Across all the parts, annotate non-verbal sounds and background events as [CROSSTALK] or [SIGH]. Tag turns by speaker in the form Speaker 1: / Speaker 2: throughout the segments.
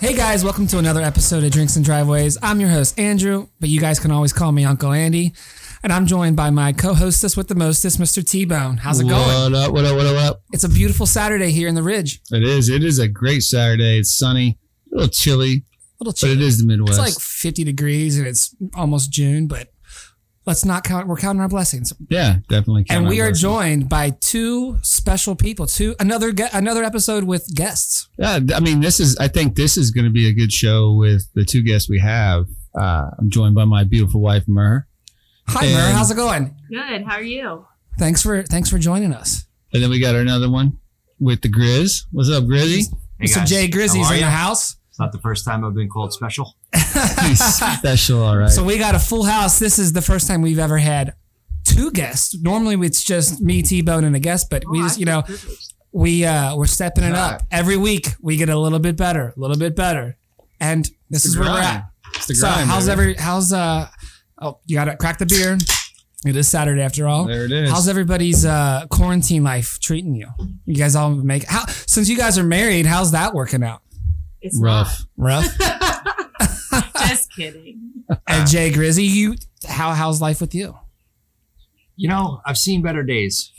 Speaker 1: Hey guys, welcome to another episode of Drinks and Driveways. I'm your host, Andrew, but you guys can always call me Uncle Andy. And I'm joined by my co hostess with the mostest, Mr. T Bone. How's it going?
Speaker 2: What up? What up? What up? What up?
Speaker 1: It's a beautiful Saturday here in the Ridge.
Speaker 2: It is. It is a great Saturday. It's sunny, a little chilly,
Speaker 1: A little
Speaker 2: but
Speaker 1: chilly.
Speaker 2: it is the Midwest.
Speaker 1: It's like 50 degrees and it's almost June, but let's not count. We're counting our blessings.
Speaker 2: yeah, definitely. count
Speaker 1: And we
Speaker 2: our
Speaker 1: are
Speaker 2: blessings.
Speaker 1: joined by two special people, two another gue- another episode with guests.
Speaker 2: Yeah, I mean, this is. I think this is going to be a good show with the two guests we have. Uh, I'm joined by my beautiful wife, Myrrh,
Speaker 1: Hi,
Speaker 2: And-
Speaker 1: Mer. How's it going?
Speaker 3: Good. How are you?
Speaker 1: Thanks for thanks for joining us.
Speaker 2: and then we got another one with the Grizz. What's up, Grizzy?
Speaker 1: [LAUGHS]
Speaker 4: Hey
Speaker 1: Mr.
Speaker 4: guys,
Speaker 1: Jay Grizzly's
Speaker 4: how are
Speaker 1: in the
Speaker 4: ya?
Speaker 1: house.
Speaker 4: It's not the first time I've been called special.
Speaker 2: He's special, all right.
Speaker 1: So we got a full house. This is the first time we've ever had two guests. Normally it's just me, T Bone, and a guest, but we
Speaker 3: Oh, I
Speaker 1: just, you
Speaker 3: feel
Speaker 1: know,
Speaker 3: privileged.
Speaker 1: we uh we're stepping it
Speaker 2: Right.
Speaker 1: up. Every week we get a little bit better, a little bit better. And this
Speaker 2: It's
Speaker 1: is
Speaker 2: the
Speaker 1: where we're
Speaker 2: grind.
Speaker 1: at.
Speaker 2: It's the
Speaker 1: So
Speaker 2: grind,
Speaker 1: how's
Speaker 2: baby.
Speaker 1: every how's uh oh you gotta crack the beer. It is Saturday after all.
Speaker 2: There it is.
Speaker 1: How's everybody's uh quarantine life treating you? You guys all make how since you guys are married, how's that working out?
Speaker 3: It's
Speaker 2: rough? [LAUGHS]
Speaker 1: Rough.
Speaker 3: Not. Just
Speaker 1: [LAUGHS]
Speaker 3: kidding.
Speaker 1: and Jay Grizzy, you how how's life with you?
Speaker 4: You know, I've seen
Speaker 1: [LAUGHS]
Speaker 4: better days.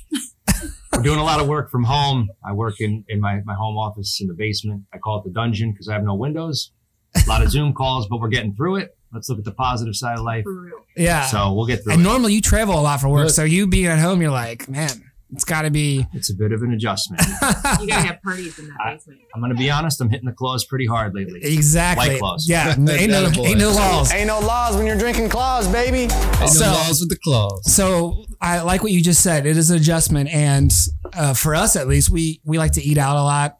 Speaker 4: We're doing a lot of work from home. I work in, in my, my home office in the basement. I call it the dungeon because I have no windows. A lot of Zoom calls, but we're getting through it. Let's look at the positive side of life.
Speaker 3: For real.
Speaker 1: Yeah.
Speaker 4: So we'll get through
Speaker 1: And
Speaker 4: it.
Speaker 1: normally you travel a lot for work,
Speaker 2: Look.
Speaker 1: so you being at home, you're like, man, it's got to be.
Speaker 4: It's a bit of an adjustment.
Speaker 3: You gotta have parties in that
Speaker 4: I-
Speaker 3: basement.
Speaker 4: I'm going to be honest. I'm hitting the claws pretty hard lately.
Speaker 1: exactly.
Speaker 4: White claws.
Speaker 1: Yeah, ain't no,
Speaker 2: Attaboy.
Speaker 1: ain't no laws.
Speaker 5: Ain't no laws when you're drinking claws, baby.
Speaker 2: Ain't
Speaker 1: so-
Speaker 2: no laws with the claws.
Speaker 1: So I like what you just said. It is an adjustment, and uh, for us at least, we we like to eat out a lot.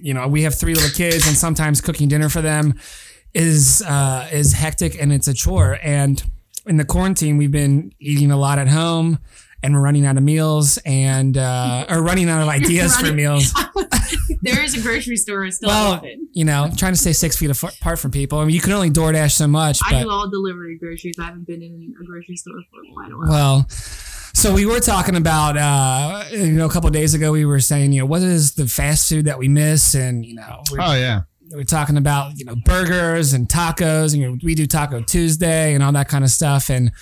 Speaker 1: You know, we have three little kids, and sometimes cooking dinner for them is uh, is hectic and it's a chore. And in the quarantine, we've been eating a lot at home, and we're running out of meals and uh, or running out of ideas for
Speaker 3: Running-
Speaker 1: meals.
Speaker 3: There is a grocery store still
Speaker 1: Well,
Speaker 3: open.
Speaker 1: you know, trying to stay six feet af- apart from people. I mean, you can only DoorDash so much,
Speaker 3: I
Speaker 1: but
Speaker 3: do all delivery groceries. I haven't been in a grocery store for quite a while.
Speaker 1: well, so we were talking about, uh, you know, a couple of days ago, we were saying, you know, what is the fast food that we miss? And, you know, we're,
Speaker 2: Oh yeah,
Speaker 1: we're talking about, you know, burgers and tacos and you know, we do Taco Tuesday and all that kind of stuff. And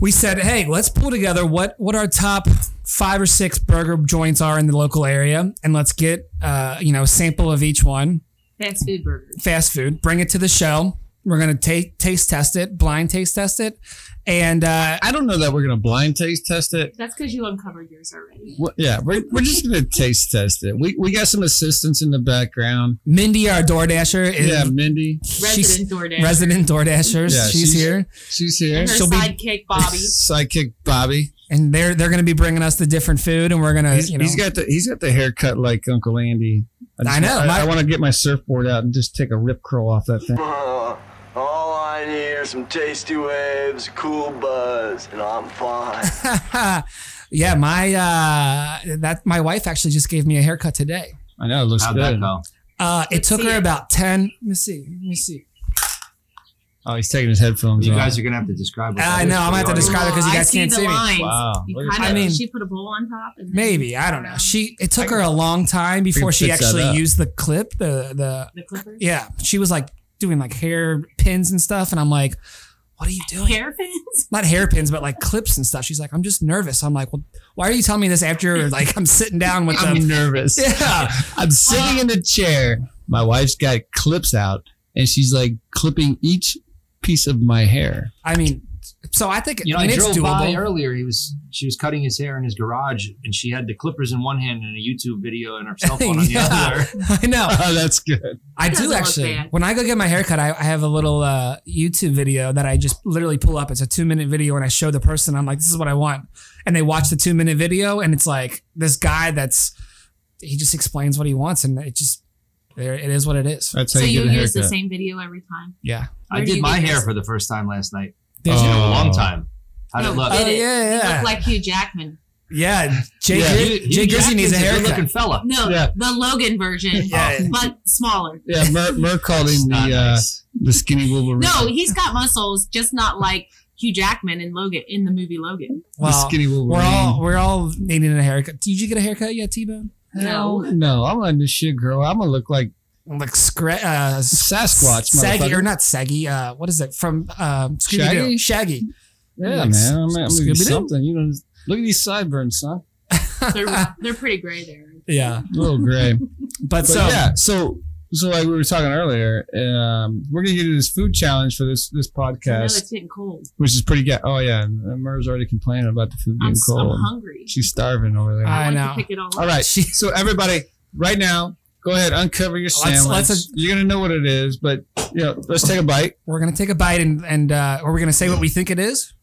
Speaker 1: we said, Hey, let's pull together what, what our top five or six burger joints are in the local area. And let's get, uh, you know, a sample of each one.
Speaker 3: Fast food burgers.
Speaker 1: fast food, bring it to the show. We're gonna ta- taste test it, blind taste test it, and uh,
Speaker 2: I don't know that we're gonna blind taste test it.
Speaker 3: That's because you uncovered yours already.
Speaker 2: Well, yeah, we're, we're just gonna taste test it. We we got some assistants in the background.
Speaker 1: Mindy, our Door Dasher, is
Speaker 2: Yeah, Mindy,
Speaker 1: she's
Speaker 3: Resident DoorDash.
Speaker 1: resident Door Dashers.
Speaker 2: Yeah,
Speaker 1: she's,
Speaker 2: she's-
Speaker 1: here,
Speaker 2: she's
Speaker 3: and
Speaker 2: here.
Speaker 3: her
Speaker 1: she'll be-
Speaker 3: sidekick
Speaker 2: [LAUGHS]
Speaker 3: Bobby.
Speaker 2: Sidekick Bobby.
Speaker 1: and they're they're gonna be bringing us the different food, and we're gonna
Speaker 2: He's-
Speaker 1: Uh, you know
Speaker 2: he's got the he's got the haircut like Uncle Andy. just
Speaker 1: I know,
Speaker 2: want- I,
Speaker 1: my-
Speaker 2: want to get my surfboard out and just take a rip curl off that thing.
Speaker 5: [LAUGHS] all I need are some tasty waves, cool buzz, and I'm fine.
Speaker 1: [LAUGHS] yeah my uh, that my wife actually just gave me a haircut today.
Speaker 2: I know it looks
Speaker 4: How'd that
Speaker 2: good.
Speaker 4: go?
Speaker 1: Uh, it
Speaker 3: Let's
Speaker 1: took
Speaker 3: see
Speaker 1: her
Speaker 3: it.
Speaker 1: about ten. Let me see. Let me see.
Speaker 2: Oh, he's taking his headphones
Speaker 4: You
Speaker 2: off.
Speaker 4: guys are going to have to describe what
Speaker 1: I
Speaker 4: that is
Speaker 1: know,
Speaker 4: for
Speaker 1: I'm gonna
Speaker 4: the
Speaker 1: have [LAUGHS] to
Speaker 4: audience.
Speaker 1: describe it 'cause you
Speaker 3: Oh, I
Speaker 1: guys
Speaker 3: see
Speaker 1: can't
Speaker 3: the
Speaker 1: see me.
Speaker 3: lines.
Speaker 2: Wow,
Speaker 3: You
Speaker 2: look at
Speaker 3: kinda-
Speaker 1: that. I mean-
Speaker 3: she put a bowl on top. And
Speaker 1: Maybe I don't know. She it took her a long time
Speaker 2: can
Speaker 1: before she
Speaker 2: fix that
Speaker 1: actually
Speaker 2: up.
Speaker 1: used the clip, the the
Speaker 3: The clippers. [LAUGHS]
Speaker 1: Yeah, she was like doing like hair pins and stuff, and I'm like, "What are you doing?
Speaker 3: Hairpins.
Speaker 1: Not hair pins, but like clips and stuff." She's like, "I'm just nervous." I'm like, "Well, why are you telling me this after like I'm sitting down with
Speaker 2: I'm [LAUGHS]
Speaker 1: them?" [LAUGHS]
Speaker 2: nervous.
Speaker 1: Yeah,
Speaker 2: I'm sitting in the chair. My wife's got clips out, and she's like clipping each piece of my hair. [LAUGHS]
Speaker 1: I mean, so I think
Speaker 4: You know,
Speaker 1: I
Speaker 4: I,
Speaker 1: mean, it's
Speaker 4: drove by
Speaker 1: doable.
Speaker 4: earlier. He was she was cutting his hair in his garage, and she had the clippers in one hand and a YouTube video and her cell phone
Speaker 1: [LAUGHS]
Speaker 4: on
Speaker 1: Yeah.
Speaker 4: the other.
Speaker 1: [LAUGHS] I know.
Speaker 2: Oh, that's good.
Speaker 1: I
Speaker 3: Doesn't
Speaker 1: do
Speaker 3: look
Speaker 1: actually.
Speaker 3: bad.
Speaker 1: When I go get my haircut, I, I have a little uh, YouTube video that I just literally pull up. It's a two minute video, and I show the person. I'm like, "This is what I want," and they watch the two minute video, and it's like this guy that's he just explains what he wants, and it just there it is what it is.
Speaker 2: That's how
Speaker 3: So
Speaker 2: you,
Speaker 3: you
Speaker 2: get a
Speaker 3: use
Speaker 2: haircut.
Speaker 3: the same video every time.
Speaker 1: Yeah.
Speaker 4: I
Speaker 3: Where do
Speaker 4: did
Speaker 3: you
Speaker 4: my
Speaker 3: get
Speaker 4: hair
Speaker 3: this?
Speaker 4: for the first time last night
Speaker 1: Did
Speaker 2: Oh.
Speaker 1: you?
Speaker 4: in a long time. How did it
Speaker 3: Oh,
Speaker 4: look?
Speaker 3: did
Speaker 1: Oh,
Speaker 3: it.
Speaker 1: yeah,
Speaker 3: You
Speaker 1: yeah,
Speaker 3: look like Hugh Jackman.
Speaker 1: yeah. Jay,
Speaker 2: Yeah.
Speaker 1: Gri- Jay Grizzy needs a
Speaker 4: Looking
Speaker 1: haircut.
Speaker 4: fella.
Speaker 3: No,
Speaker 2: Yeah.
Speaker 3: the Logan version,
Speaker 5: Oh,
Speaker 1: Yeah.
Speaker 3: but smaller. [LAUGHS]
Speaker 2: Yeah, Mer, Mer called
Speaker 4: It's
Speaker 2: him the
Speaker 4: not
Speaker 2: uh,
Speaker 4: nice.
Speaker 2: the skinny Wolverine.
Speaker 3: No, he's got muscles, just not like Hugh Jackman in Logan in the movie Logan.
Speaker 2: the
Speaker 1: Well,
Speaker 2: skinny Wolverine.
Speaker 1: we're all we're all needing a haircut. Did you get a haircut yet, T Bone?
Speaker 2: Hell no, I'm letting this shit grow. I'm gonna look like
Speaker 1: like scra- uh,
Speaker 2: Sasquatch,
Speaker 1: saggy
Speaker 2: motherfucker.
Speaker 1: or not saggy. Uh, what is it from um, Scooby
Speaker 2: Shaggy?
Speaker 1: Doo? Shaggy.
Speaker 2: Yeah,
Speaker 1: Like
Speaker 2: man. I'm, I'm gonna
Speaker 1: Scooby-Doo?
Speaker 2: be something. You know, just- look at these sideburns, son.
Speaker 1: [LAUGHS]
Speaker 3: They're, they're pretty gray there.
Speaker 1: Yeah,
Speaker 2: A little gray.
Speaker 1: but,
Speaker 2: But
Speaker 1: so
Speaker 2: yeah, so so like we were talking earlier, um, we're gonna get into this food challenge for this this
Speaker 3: I know
Speaker 2: podcast,
Speaker 3: it's getting cold.
Speaker 2: which is pretty good. Oh yeah, and Merv's already complaining about the food being
Speaker 3: I'm, s- I'm
Speaker 2: cold.
Speaker 3: hungry.
Speaker 2: She's starving over there.
Speaker 1: Uh,
Speaker 3: I,
Speaker 1: I
Speaker 3: want
Speaker 1: know.
Speaker 3: to pick it all up.
Speaker 2: All
Speaker 1: [LAUGHS]
Speaker 2: right,
Speaker 1: she-
Speaker 2: so everybody, right now, go ahead, uncover your
Speaker 1: Let's-
Speaker 2: sandwich.
Speaker 1: let's-
Speaker 2: You're gonna know what it is, but you know, let's take a bite.
Speaker 1: we're gonna take a bite and and uh, are we gonna say what we think it is?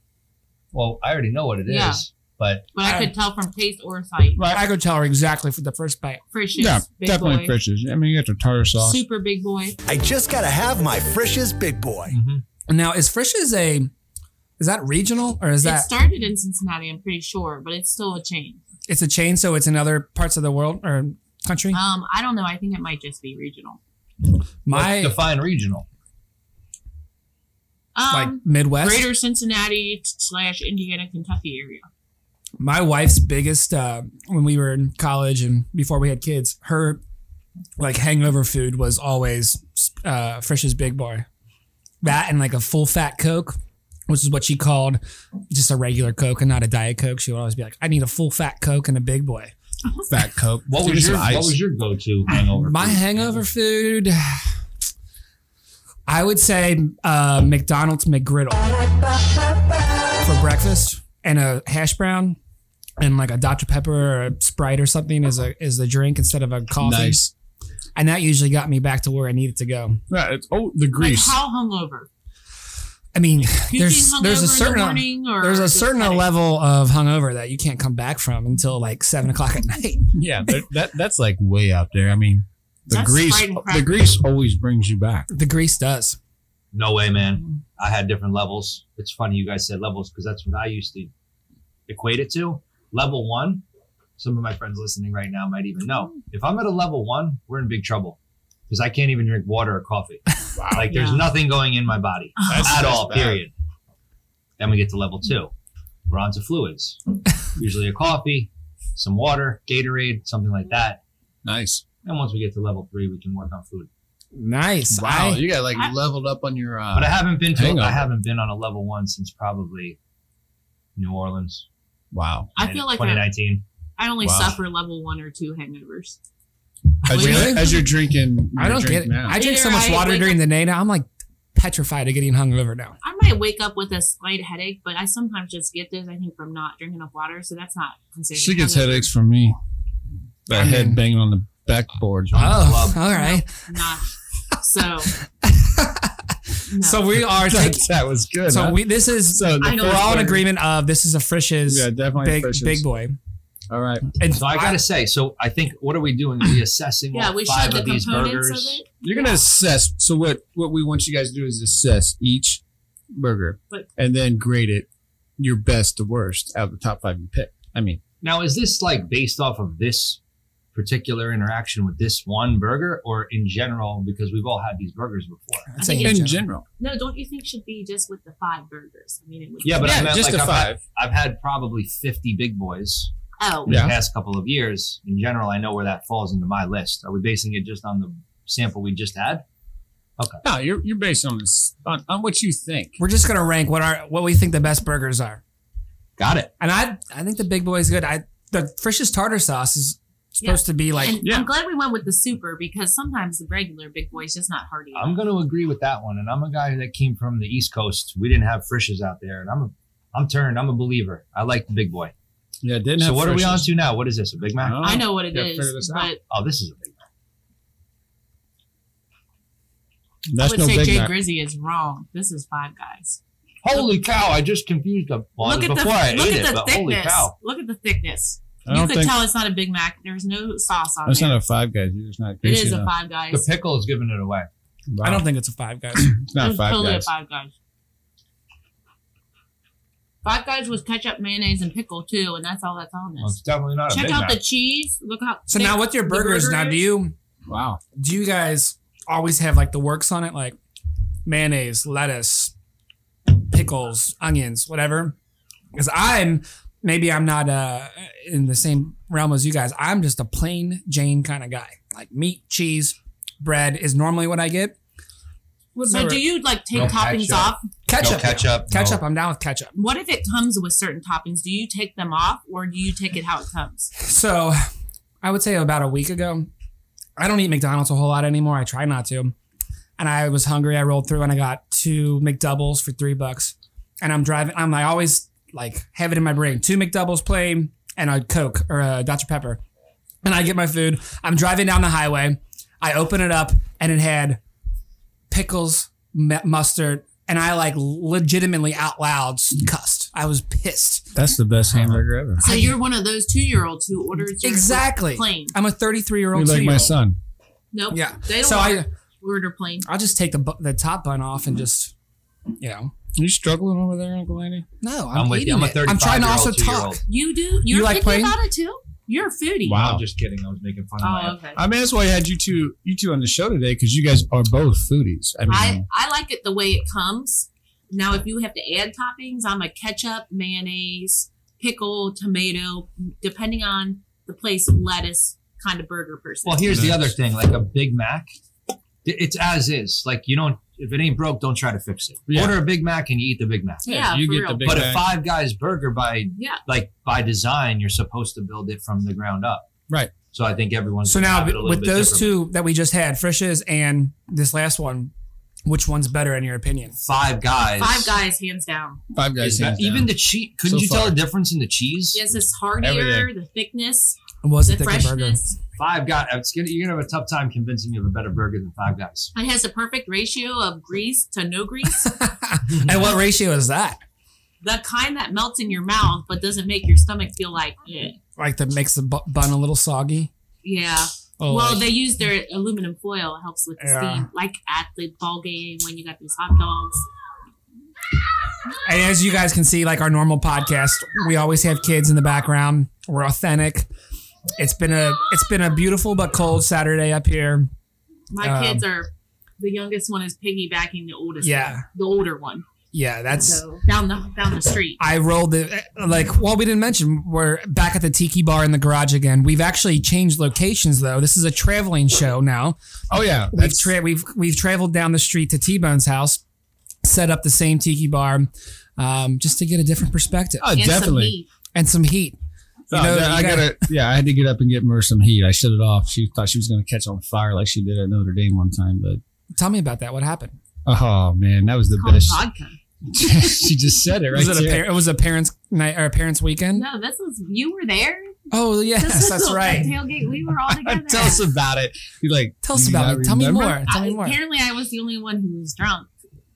Speaker 4: Well, I already know what it is,
Speaker 3: Yeah.
Speaker 4: but
Speaker 3: But I could tell from taste or sight.
Speaker 1: I go tell her exactly for the first bite.
Speaker 3: Frisch's,
Speaker 2: Yeah,
Speaker 3: big
Speaker 2: definitely
Speaker 3: boy.
Speaker 2: fishes. I mean, you got the tartar sauce.
Speaker 3: Super big boy.
Speaker 6: I just gotta have my Frisch's Big Boy.
Speaker 1: Now, is Frisch is a is that regional or is
Speaker 3: it
Speaker 1: that
Speaker 3: started in Cincinnati, I'm pretty sure, but it's still a chain.
Speaker 1: it's a chain? So it's in other parts of the world or country.
Speaker 3: Um, I don't know. I think it might just be regional.
Speaker 1: My
Speaker 4: let's define regional.
Speaker 1: like
Speaker 3: Um,
Speaker 1: Midwest.
Speaker 3: Greater Cincinnati slash Indiana, Kentucky area.
Speaker 1: my wife's biggest uh, when we were in college and before we had kids, her like hangover food was always uh, Frisch's Big Boy. That and like a full fat Coke, which is what she called just a regular Coke and not a Diet Coke. She would always be like, "I need a full fat Coke and a Big Boy."
Speaker 2: Fat Coke.
Speaker 4: What
Speaker 2: Dude,
Speaker 4: was your
Speaker 2: some ice.
Speaker 4: What was your go-to hangover?
Speaker 1: My
Speaker 4: food?
Speaker 1: hangover food, I would say uh, McDonald's McGriddle for breakfast, and a hash brown, and like a Dr Pepper or a Sprite or something is a is the drink instead of a coffee.
Speaker 2: Nice.
Speaker 1: And that usually got me back to where I needed to go.
Speaker 2: Yeah, it's, oh, the grease.
Speaker 3: Like how hungover?
Speaker 1: I
Speaker 2: [LAUGHS]
Speaker 1: mean,
Speaker 3: You
Speaker 1: there's
Speaker 3: seem
Speaker 1: there's
Speaker 3: hungover in
Speaker 1: a
Speaker 3: the
Speaker 1: certain
Speaker 3: morning or
Speaker 1: there's a
Speaker 3: just
Speaker 1: certain
Speaker 3: kinda-
Speaker 1: level of hungover that you can't come back from until like seven o'clock at night.
Speaker 2: yeah, that, that that's like way out there. I mean, the
Speaker 3: That's
Speaker 2: grease,
Speaker 3: Sprite and
Speaker 2: the
Speaker 3: crack.
Speaker 2: grease always brings you back.
Speaker 1: The grease does.
Speaker 4: No way, man. I had different levels. It's funny you guys said levels because that's what I used to equate it to. Level one, some of my friends listening right now might even know. If I'm at a level one, we're in big trouble because I can't even drink water or coffee. Like there's
Speaker 3: Yeah.
Speaker 4: nothing going in my body at all, period. Then we get to level two. We're on to fluids, usually a coffee, some water, Gatorade, something like that.
Speaker 2: Nice.
Speaker 4: And once we get to level three, we can work on food.
Speaker 1: Nice.
Speaker 2: Wow,
Speaker 1: I-
Speaker 2: you got like
Speaker 3: I-
Speaker 2: leveled up on your. Uh,
Speaker 4: But I haven't been to
Speaker 2: Hangover.
Speaker 4: I haven't been on a level one since probably New Orleans.
Speaker 2: wow.
Speaker 3: I feel like I,
Speaker 4: 2019.
Speaker 3: I only
Speaker 2: Wow.
Speaker 3: suffer level one or two hangovers.
Speaker 2: As, you,
Speaker 1: Really?
Speaker 2: as you're drinking,
Speaker 1: I
Speaker 2: you're
Speaker 1: don't get it.
Speaker 2: drinking now.
Speaker 1: I drink so
Speaker 3: Either
Speaker 1: much
Speaker 3: I
Speaker 1: water
Speaker 3: wake
Speaker 1: during the day now. I'm like petrified of getting hungover now.
Speaker 3: I might wake up with a slight headache, but I sometimes just get this. I think from not drinking enough water, so that's not considered.
Speaker 2: she gets
Speaker 3: hungover.
Speaker 2: headaches from me. That
Speaker 1: I
Speaker 2: head
Speaker 1: mean-
Speaker 2: banging on the backboard.
Speaker 1: Oh,
Speaker 4: Love.
Speaker 1: all right.
Speaker 3: Not so. No.
Speaker 1: So we are
Speaker 2: [LAUGHS] that,
Speaker 1: taking.
Speaker 2: that was good.
Speaker 1: So
Speaker 2: huh?
Speaker 1: we this is
Speaker 2: so
Speaker 3: I know
Speaker 1: we're
Speaker 2: first
Speaker 1: all in
Speaker 2: one-
Speaker 1: agreement of this is a Frisch's
Speaker 2: Yeah, definitely
Speaker 1: big
Speaker 2: fishes.
Speaker 1: big boy.
Speaker 2: All right.
Speaker 1: And
Speaker 4: So I gotta say, so I think what are we doing? Are we
Speaker 3: [LAUGHS]
Speaker 4: assessing
Speaker 3: yeah,
Speaker 4: all
Speaker 3: we
Speaker 4: five
Speaker 3: showed
Speaker 4: of
Speaker 3: the
Speaker 4: these
Speaker 3: components
Speaker 4: burgers?
Speaker 3: of it,
Speaker 2: You're gonna assess. So what? What we want you guys to do is assess each burger
Speaker 3: But-
Speaker 2: and then grade it your best to worst out of the top five you pick. I mean,
Speaker 4: Now, is this like based off of this particular interaction with this one burger, or in general? Because we've all had these burgers before.
Speaker 1: I'd say
Speaker 3: I
Speaker 2: in
Speaker 3: think
Speaker 2: general.
Speaker 3: No, don't you think should be just with the five burgers? I mean, it would.
Speaker 4: Yeah, but
Speaker 2: Yeah,
Speaker 4: I meant
Speaker 2: just
Speaker 4: like
Speaker 2: a
Speaker 4: I've
Speaker 2: five.
Speaker 4: Had, I've had probably 50 big boys
Speaker 3: oh,
Speaker 4: in
Speaker 2: Yeah.
Speaker 4: the past couple of years. In general, I know where that falls into my list. Are we basing it just on the sample we just had?
Speaker 2: No, you're you're based on this on, on what you think.
Speaker 1: we're just gonna rank what our what we think the best burgers are.
Speaker 4: Got it.
Speaker 1: And I I think the big boy is good. I the Frisch's tartar sauce is supposed to be like
Speaker 3: and
Speaker 2: yeah.
Speaker 3: I'm glad we went with the super because sometimes the regular big boy is just not hearty.
Speaker 4: I'm going to agree with that one. And I'm a guy that came from the East Coast. We didn't have frishes out there, and I'm a, I'm turned. I'm a believer. I like the big boy.
Speaker 2: Yeah, it didn't
Speaker 4: So
Speaker 2: have
Speaker 4: what are we on
Speaker 2: freshness.
Speaker 4: to now? What is this? A Big Mac?
Speaker 2: Oh,
Speaker 3: I know what it
Speaker 2: gotta figure
Speaker 3: is,
Speaker 2: this out.
Speaker 3: but
Speaker 4: Oh, this is a Big Mac.
Speaker 2: That's
Speaker 3: I would
Speaker 2: no
Speaker 3: say
Speaker 2: big
Speaker 3: Jay
Speaker 2: Mac.
Speaker 3: Grizzy is wrong. This is Five Guys.
Speaker 4: Holy cow! I just confused the well, it was before I
Speaker 3: look
Speaker 4: ate
Speaker 3: at
Speaker 4: it,
Speaker 3: the
Speaker 4: but holy
Speaker 3: thickness.
Speaker 4: cow!
Speaker 3: Look at the thickness.
Speaker 2: I
Speaker 3: You
Speaker 2: don't
Speaker 3: could
Speaker 2: think
Speaker 3: tell it's not a Big Mac. There's no sauce on
Speaker 2: that's
Speaker 3: there.
Speaker 2: not a five guys. You're just not
Speaker 3: it
Speaker 2: greasy
Speaker 3: is a
Speaker 2: enough.
Speaker 3: Five Guys.
Speaker 4: The pickle is giving it away.
Speaker 2: Wow.
Speaker 1: I don't think it's a five guys.
Speaker 2: it's not
Speaker 3: It's
Speaker 2: five
Speaker 3: totally
Speaker 2: guys.
Speaker 3: a Five Guys. Five Guys was ketchup, mayonnaise, and pickle too, and that's all that's on
Speaker 4: Well, it's
Speaker 3: this.
Speaker 4: definitely not a
Speaker 3: Check
Speaker 4: Big
Speaker 3: out
Speaker 4: Mac.
Speaker 3: the cheese. Look how.
Speaker 1: so
Speaker 3: thick
Speaker 1: now with your
Speaker 3: the
Speaker 1: burgers,
Speaker 3: burger
Speaker 1: now do
Speaker 3: is.
Speaker 1: you
Speaker 2: Wow.
Speaker 1: do you guys always have like the works on it like mayonnaise lettuce pickles onions whatever because i'm maybe i'm not uh in the same realm as you guys i'm just a plain jane kind of guy like meat cheese bread is normally what I get.
Speaker 3: So do you like take
Speaker 4: No
Speaker 3: toppings
Speaker 4: ketchup.
Speaker 3: off?
Speaker 1: Ketchup.
Speaker 4: No ketchup.
Speaker 1: Ketchup.
Speaker 4: No.
Speaker 1: I'm down with ketchup.
Speaker 3: What if it comes with certain toppings? Do you take them off or do you take it how it comes?
Speaker 1: So I would say about a week ago, I don't eat McDonald's a whole lot anymore. I try not to. And I was hungry. I rolled through and I got two McDoubles for three bucks. And I'm driving, I'm like always like have it in my brain. Two McDoubles plain and a Coke or a Dr. Pepper. And I get my food. I'm driving down the highway. I open it up and it had pickles, mu- mustard, and I like legitimately out loud cussed. I was pissed.
Speaker 2: That's the best hamburger ever.
Speaker 3: So you're one of those two year olds who orders yours
Speaker 1: Exactly.
Speaker 3: plain.
Speaker 1: I'm a 33 year
Speaker 2: You're
Speaker 1: old.
Speaker 2: like my son.
Speaker 3: Nope.
Speaker 1: Yeah.
Speaker 3: They don't
Speaker 1: So I,
Speaker 3: order plain.
Speaker 1: I'll just take the bu- the top bun off and just, you know,
Speaker 2: You struggling over there, Uncle Andy?
Speaker 1: no, I'm,
Speaker 4: I'm with you.
Speaker 1: eating
Speaker 4: I'm a
Speaker 1: it. I'm trying to
Speaker 4: 35-year-old
Speaker 1: also
Speaker 4: two-year-old.
Speaker 1: talk.
Speaker 3: You do? You're
Speaker 1: like
Speaker 3: picky
Speaker 1: plain?
Speaker 3: about it too? You're a foodie.
Speaker 2: Wow.
Speaker 4: I'm just kidding. I was making fun of
Speaker 3: Oh,
Speaker 4: my.
Speaker 3: okay.
Speaker 2: I mean, that's why I had you two, you two on the show today because you guys are both foodies. I mean,
Speaker 3: I, I like it the way it comes. Now, if you have to add toppings, I'm a ketchup, mayonnaise, pickle, tomato, depending on the place, lettuce kind of burger person.
Speaker 4: Well, here's the
Speaker 2: Nice.
Speaker 4: other thing. Like a Big Mac, it- it's as is. Like you don't. If it ain't broke, don't try to fix it.
Speaker 2: Yeah.
Speaker 4: Order a Big Mac and you eat the Big Mac.
Speaker 3: yeah,
Speaker 2: you
Speaker 3: for
Speaker 2: get
Speaker 3: real.
Speaker 2: the big
Speaker 4: but
Speaker 2: bag.
Speaker 4: a Five Guys burger by
Speaker 3: yeah.
Speaker 4: like by design, you're supposed to build it from the ground up.
Speaker 2: Right.
Speaker 4: So I think everyone's
Speaker 1: So
Speaker 4: gonna
Speaker 1: now
Speaker 4: have it a little
Speaker 1: with
Speaker 4: bit
Speaker 1: those
Speaker 4: differently.
Speaker 1: two that we just had, Frisch's and this last one, which one's better in your opinion?
Speaker 4: Five Guys,
Speaker 3: Five guys, hands down.
Speaker 2: five
Speaker 4: is
Speaker 2: guys.
Speaker 4: that-
Speaker 2: hands
Speaker 4: even
Speaker 2: down.
Speaker 4: the cheese. Couldn't
Speaker 2: So
Speaker 4: you tell
Speaker 2: far.
Speaker 4: the difference in the cheese?
Speaker 3: Yes, it's hardier,
Speaker 2: Everything.
Speaker 3: the thickness,
Speaker 1: Was
Speaker 3: the
Speaker 1: it the burger?
Speaker 3: freshness.
Speaker 4: Five Guys. It's gonna, you're gonna have a tough time convincing me of a better burger than Five Guys.
Speaker 3: It has a perfect ratio of grease to no grease,
Speaker 1: [LAUGHS]
Speaker 2: [LAUGHS]
Speaker 1: and what ratio is that?
Speaker 3: the kind that melts in your mouth but doesn't make your stomach feel like, eh.
Speaker 1: Like that makes the bu- bun a little soggy.
Speaker 3: yeah.
Speaker 2: Oh,
Speaker 3: well,
Speaker 2: like-
Speaker 3: they use their aluminum foil. It helps with the
Speaker 1: Yeah.
Speaker 3: steam, like at the ball game when you got these hot dogs.
Speaker 1: And as you guys can see, like our normal podcast, we always have kids in the background. We're authentic. It's been a it's been a beautiful but cold Saturday up here.
Speaker 3: My
Speaker 1: Um,
Speaker 3: kids are the youngest one is piggybacking the oldest.
Speaker 1: Yeah.
Speaker 3: one, the older one.
Speaker 1: Yeah, that's
Speaker 3: So down the down the street.
Speaker 1: I rolled the like. Well, we didn't mention we're back at the Tiki Bar in the garage again. We've actually changed locations though. This is a traveling show now.
Speaker 2: oh yeah,
Speaker 1: We've
Speaker 2: that's
Speaker 1: tra- we've we've traveled down the street to T Bone's house, set up the same Tiki Bar, um, just to get a different perspective
Speaker 2: oh,
Speaker 3: and some
Speaker 2: definitely.
Speaker 3: meat.
Speaker 1: and some heat.
Speaker 2: No,
Speaker 1: Oh, You know,
Speaker 2: that-
Speaker 1: you
Speaker 2: I
Speaker 1: gotta-
Speaker 2: gotta, yeah, I had to get up and get her some heat. I shut it off. She thought she was going to catch on fire like she did at Notre Dame one time, but
Speaker 1: Tell me about that. What happened?
Speaker 2: oh man, that was the
Speaker 3: Called
Speaker 2: best.
Speaker 3: vodka.
Speaker 2: [LAUGHS] she just said it right
Speaker 1: was it a
Speaker 2: there.
Speaker 1: par- it was a parents night or a parents weekend?
Speaker 3: No, this was you
Speaker 1: [LAUGHS]
Speaker 3: were there.
Speaker 1: Oh
Speaker 3: This was
Speaker 1: yes, that's
Speaker 3: the
Speaker 1: right.
Speaker 3: Tailgate. We were
Speaker 1: [LAUGHS]
Speaker 3: all together.
Speaker 2: Tell us about it. You're like,
Speaker 1: Tell us
Speaker 2: "Do you
Speaker 1: about
Speaker 2: not
Speaker 1: it. Tell me
Speaker 2: remember?"
Speaker 1: more. Tell me
Speaker 3: I-
Speaker 1: more.
Speaker 3: Apparently, I was the only one who was drunk.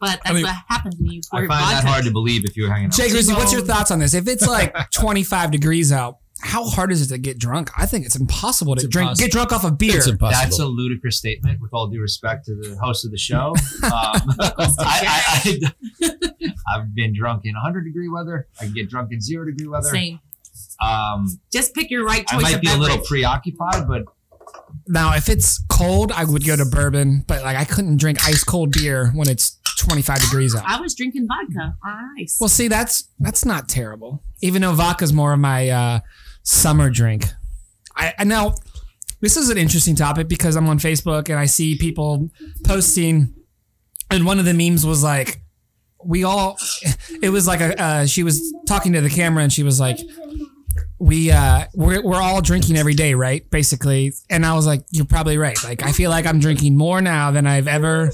Speaker 3: But that's
Speaker 1: I mean-
Speaker 3: what happens when you
Speaker 4: I
Speaker 3: pour
Speaker 4: find
Speaker 3: vodka.
Speaker 4: that hard to believe if you were hanging out.
Speaker 1: Jay Grizzly, what's your
Speaker 3: T-bone.
Speaker 1: thoughts on this? If it's
Speaker 2: [LAUGHS]
Speaker 1: like 25 degrees out, how hard is it to get drunk? I think it's impossible to
Speaker 2: It's
Speaker 1: drink.
Speaker 2: impossible.
Speaker 1: Get drunk off of beer.
Speaker 2: It's impossible.
Speaker 4: That's a ludicrous statement, with all due respect to the host of
Speaker 1: [LAUGHS]
Speaker 4: the show. Um,
Speaker 3: [LAUGHS]
Speaker 4: I, have been drunk in 100 degree weather. I can get drunk in zero degree weather.
Speaker 3: Same.
Speaker 4: Um,
Speaker 3: Just pick your right
Speaker 4: I
Speaker 3: choice
Speaker 4: might
Speaker 3: of
Speaker 4: be a
Speaker 3: beverage.
Speaker 4: little preoccupied, but
Speaker 1: now, if it's cold, I would go to bourbon, but like I couldn't drink ice cold beer when it's 25 degrees out.
Speaker 3: I was drinking vodka on ice.
Speaker 1: Well, see, that's that's not terrible. Even though vodka's more of my uh, summer drink. I, I now this is an interesting topic because I'm on Facebook and I see people posting, and one of the memes was like, "We all," it was like a uh, she was talking to the camera and she was like. We uh we're, we're all drinking every day, right? Basically, and I was like, "You're probably right." Like, I feel like I'm drinking more now than I've ever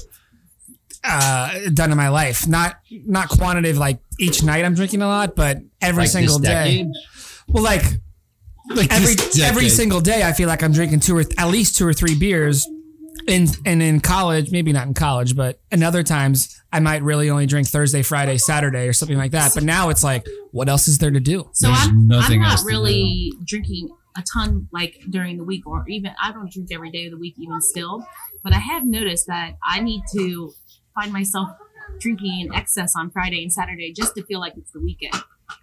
Speaker 1: uh, done in my life. Not not quantitative like each night I'm drinking a lot, but every
Speaker 4: like
Speaker 1: single
Speaker 4: this
Speaker 1: day.
Speaker 4: decade,
Speaker 1: Well, like
Speaker 2: Like
Speaker 1: every
Speaker 2: this
Speaker 1: every
Speaker 2: decade.
Speaker 1: single day, I feel like I'm drinking two or th- at least two or three beers. In and in college, maybe not in college, but in other times, I might really only drink Thursday, Friday, Saturday, or something like that. But now it's like, what else is there to do?
Speaker 3: so
Speaker 2: There's
Speaker 3: I'm, I'm
Speaker 2: nothing else
Speaker 3: not
Speaker 2: to
Speaker 3: really drinking a ton like during the week or even I don't drink every day of the week even still. But I have noticed that I need to find myself drinking in excess on Friday and Saturday just to feel like it's the weekend.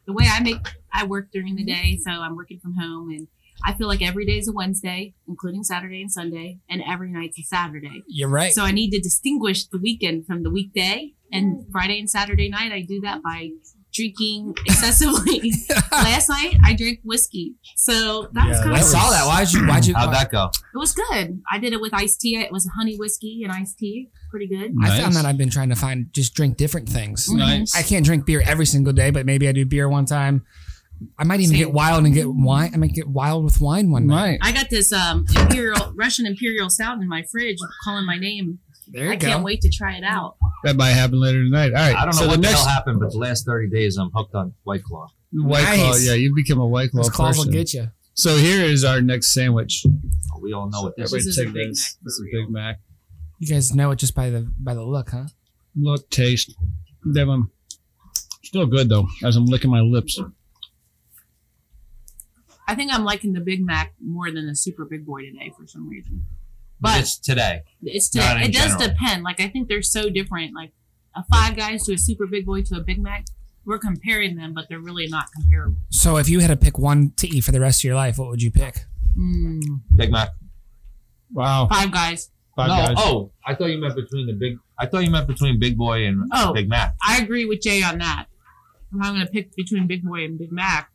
Speaker 3: The way I make I work during the day, so I'm working from home and I feel like every day is a Wednesday, including Saturday and Sunday, and every night's a Saturday.
Speaker 1: You're right.
Speaker 3: So I need to distinguish the weekend from the weekday. And Friday and Saturday night, I do that by drinking excessively. Last night I drank whiskey, so that was
Speaker 2: Yeah,
Speaker 3: kind
Speaker 1: I
Speaker 3: of
Speaker 1: saw that. Why'd you?
Speaker 2: [CLEARS THROAT]
Speaker 1: Why'd you?
Speaker 4: How'd that go?
Speaker 3: It was good. I did it with iced tea. It was honey whiskey and iced tea. Pretty good. Mm-hmm.
Speaker 1: I found
Speaker 2: Nice.
Speaker 1: that I've been trying to find just drink different things.
Speaker 2: Nice.
Speaker 1: I can't drink beer every single day, but maybe I do beer one time. I might even
Speaker 3: Same.
Speaker 1: get wild and get wine. I might get wild with wine one night.
Speaker 2: Right.
Speaker 3: I got this um, imperial Russian imperial stout in my fridge, calling my name.
Speaker 1: There you
Speaker 3: I
Speaker 1: go.
Speaker 3: can't wait to try it out.
Speaker 2: That might happen later tonight. All right.
Speaker 4: I don't know
Speaker 2: so
Speaker 4: what
Speaker 2: the
Speaker 4: the
Speaker 2: next
Speaker 4: hell happened, but the last 30 days I'm hooked on White Claw.
Speaker 2: White Claw.
Speaker 1: Nice.
Speaker 2: Yeah, you've become a White Claw
Speaker 1: Those calls will
Speaker 2: person.
Speaker 1: get you.
Speaker 2: So here is our next sandwich.
Speaker 4: We all know what this
Speaker 3: Everybody
Speaker 4: is.
Speaker 3: This is a Big Mac
Speaker 2: This is
Speaker 3: for
Speaker 2: a Big Mac.
Speaker 1: You guys know it just by the by the look, huh?
Speaker 2: Look, taste. That one. Still good though, as I'm licking my lips.
Speaker 3: I think I'm liking the Big Mac more than the Super Big Boy today for some reason.
Speaker 4: But
Speaker 3: But
Speaker 4: it's today.
Speaker 3: it's
Speaker 4: Not
Speaker 3: to,
Speaker 4: in
Speaker 3: it does
Speaker 4: general.
Speaker 3: depend. Like I think they're so different. Like a Five Guys to a Super Big Boy to a Big Mac, we're comparing them, but they're really not comparable.
Speaker 1: So if you had to pick one to eat for the rest of your life, what would you pick? Hmm.
Speaker 3: Mm.
Speaker 4: Big Mac.
Speaker 2: Wow.
Speaker 3: Five Guys.
Speaker 2: Five
Speaker 4: no,
Speaker 2: guys.
Speaker 4: oh, I thought you meant between the big. I thought you meant between Big Boy and
Speaker 3: Oh.
Speaker 4: Big Mac.
Speaker 3: I agree with Jay on that. If I'm going to pick between Big Boy and Big Mac,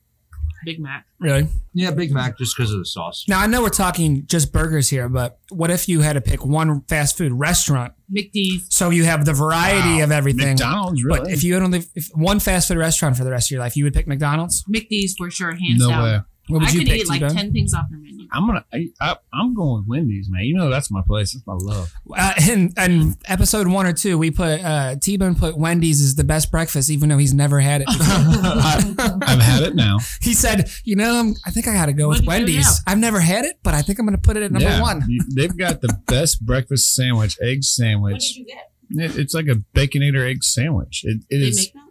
Speaker 3: Big Mac.
Speaker 1: Really?
Speaker 4: Yeah, Big Mac, just because of the sauce.
Speaker 1: Now I know we're talking just burgers here, but what if you had to pick one fast food restaurant?
Speaker 3: McD's.
Speaker 1: So you have the variety
Speaker 2: Wow.
Speaker 1: of everything.
Speaker 2: McDonald's, really?
Speaker 1: But if you had only if one fast food restaurant for the rest of your life, you would pick McDonald's.
Speaker 3: McD's for sure, hands
Speaker 2: no
Speaker 3: down.
Speaker 2: way.
Speaker 1: What would
Speaker 3: I
Speaker 1: you
Speaker 3: could
Speaker 1: pick?
Speaker 3: eat like
Speaker 1: T-Bone?
Speaker 3: ten things off their menu.
Speaker 2: I'm gonna. I, I, I'm going with Wendy's, man. You know that's my place. That's my
Speaker 1: [LAUGHS]
Speaker 2: love.
Speaker 1: Uh, and, and episode one or two, we put uh, T Bone put Wendy's is the best breakfast, even though he's never had it. [LAUGHS]
Speaker 2: I, [LAUGHS] I've had it now.
Speaker 1: he said, "You know, I'm, I think I got to go
Speaker 3: What
Speaker 1: with
Speaker 3: do you do
Speaker 1: Wendy's. I've never had it, but I think I'm going to put it at [LAUGHS] number
Speaker 2: Yeah.
Speaker 1: one."
Speaker 2: You- they've got the best breakfast sandwich, egg
Speaker 3: What did
Speaker 2: sandwich.
Speaker 3: you get?
Speaker 2: It- it's like a baconator egg sandwich. It, it
Speaker 3: They
Speaker 2: is.
Speaker 3: make them.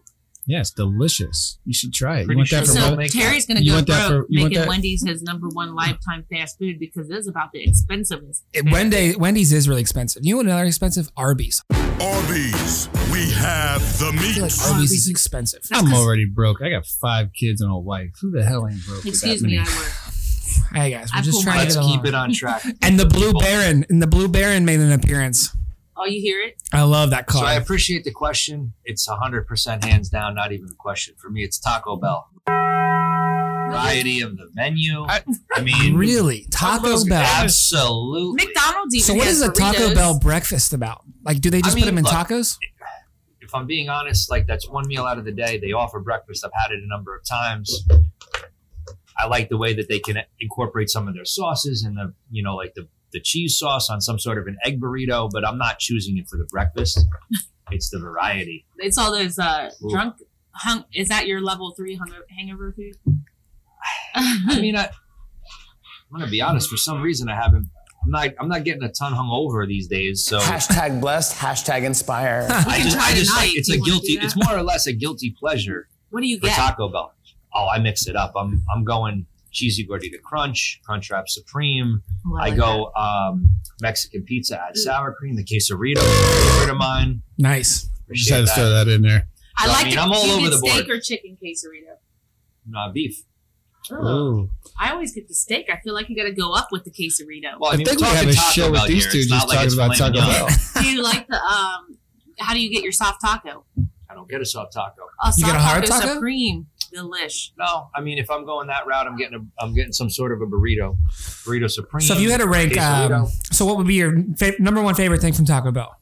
Speaker 2: Yes, delicious. You should try it.
Speaker 4: Pretty
Speaker 2: you want
Speaker 4: sure
Speaker 2: that for
Speaker 4: so.
Speaker 3: So
Speaker 2: both?
Speaker 4: make-
Speaker 3: Terry's gonna
Speaker 2: you
Speaker 3: go
Speaker 2: want that
Speaker 3: broke
Speaker 2: for- you want
Speaker 3: making
Speaker 2: that-
Speaker 3: Wendy's his number one lifetime fast food because it's about the expensivest.
Speaker 1: It- Wendy, Wendy's is really expensive. You know what another expensive? Arby's.
Speaker 7: Arby's, we have the
Speaker 1: I feel like
Speaker 7: meat.
Speaker 1: Arby's is expensive.
Speaker 2: I'm already broke. I got five kids and a wife. Who the hell ain't broke? with
Speaker 3: Excuse
Speaker 2: that
Speaker 3: me, I
Speaker 2: many?
Speaker 3: work.
Speaker 1: Hey guys, we're
Speaker 3: I
Speaker 1: just
Speaker 3: pull
Speaker 1: trying to
Speaker 4: Let's
Speaker 1: get
Speaker 4: keep
Speaker 1: along.
Speaker 4: it on track.
Speaker 1: [LAUGHS] And the Blue
Speaker 4: People.
Speaker 1: Baron, and the Blue Baron made an appearance.
Speaker 3: Oh, you hear it?
Speaker 1: I love that
Speaker 4: So I
Speaker 1: car.
Speaker 4: appreciate the question. It's 100% hands down, not even a question. For me, it's Taco Bell. Variety of the menu. I,
Speaker 2: I-
Speaker 4: mean,
Speaker 1: really, Taco Bell.
Speaker 4: Absolutely.
Speaker 3: McDonald's. Even
Speaker 1: So what
Speaker 3: has
Speaker 1: is a Taco
Speaker 3: burritos.
Speaker 1: Bell breakfast about? Like, do they just
Speaker 4: I mean,
Speaker 1: put them in
Speaker 4: look,
Speaker 1: tacos?
Speaker 4: If I'm being honest, like that's one meal out of the day. They offer breakfast. I've had it a number of times. I like the way that they can incorporate some of their sauces and the, you know, like the, the cheese sauce on some sort of an egg burrito, but I'm not choosing it for the breakfast. It's the variety.
Speaker 3: It's all those uh,
Speaker 4: Ooh.
Speaker 3: drunk. Hung, is that your level three hungo- hangover food? [LAUGHS]
Speaker 4: I mean, I, I'm gonna be honest. For some reason, I haven't. I'm not. I'm not getting a ton hungover these days.
Speaker 3: [LAUGHS]
Speaker 4: So I
Speaker 8: Hashtag blessed, hashtag inspire.
Speaker 3: can
Speaker 4: just,
Speaker 3: try
Speaker 4: I just
Speaker 3: tonight
Speaker 4: like it's
Speaker 3: if
Speaker 4: a
Speaker 3: you wanna
Speaker 4: guilty.
Speaker 3: do that.
Speaker 4: It's more or less a guilty pleasure
Speaker 3: what do you
Speaker 4: for
Speaker 3: get?
Speaker 4: Taco Bell. Oh, I mix it up. I'm I'm going cheesy gordita crunch, crunchwrap supreme.
Speaker 3: Oh,
Speaker 4: I
Speaker 3: like
Speaker 4: go um, Mexican pizza add
Speaker 1: Mm.
Speaker 4: sour cream, the quesarito, favorite of mine.
Speaker 1: Nice.
Speaker 2: Just had to
Speaker 4: Appreciate
Speaker 2: throw
Speaker 4: that.
Speaker 2: that in there.
Speaker 3: that. I
Speaker 4: So, I
Speaker 3: like.
Speaker 4: mean,
Speaker 3: it.
Speaker 4: I'm all
Speaker 3: Do you
Speaker 4: over
Speaker 3: get
Speaker 4: the
Speaker 3: steak
Speaker 4: board.
Speaker 3: or chicken quesarito.
Speaker 4: Not beef.
Speaker 1: Oh.
Speaker 3: Ugh. I always get the steak. I feel like you got to go up with the quesarito.
Speaker 4: Well,
Speaker 2: I
Speaker 4: mean,
Speaker 2: think
Speaker 4: we're
Speaker 2: we
Speaker 4: talking
Speaker 2: have a
Speaker 4: Taco
Speaker 2: show with
Speaker 4: Bell
Speaker 2: these
Speaker 4: here.
Speaker 2: two
Speaker 4: It's not
Speaker 2: just
Speaker 4: like
Speaker 2: talking about
Speaker 4: it's flaming
Speaker 2: Taco
Speaker 4: young.
Speaker 2: Bell.
Speaker 3: do you like the um? How do you get your soft taco?
Speaker 4: I don't get a soft taco.
Speaker 3: Oh, soft
Speaker 1: You get a hard taco?
Speaker 3: supreme, delish.
Speaker 4: No, I mean if I'm going that route, I'm getting a, I'm getting some sort of a burrito, burrito supreme.
Speaker 1: So if you had to rank, um,
Speaker 4: quesarito.
Speaker 1: so what would be your fav- number one favorite thing from Taco Bell?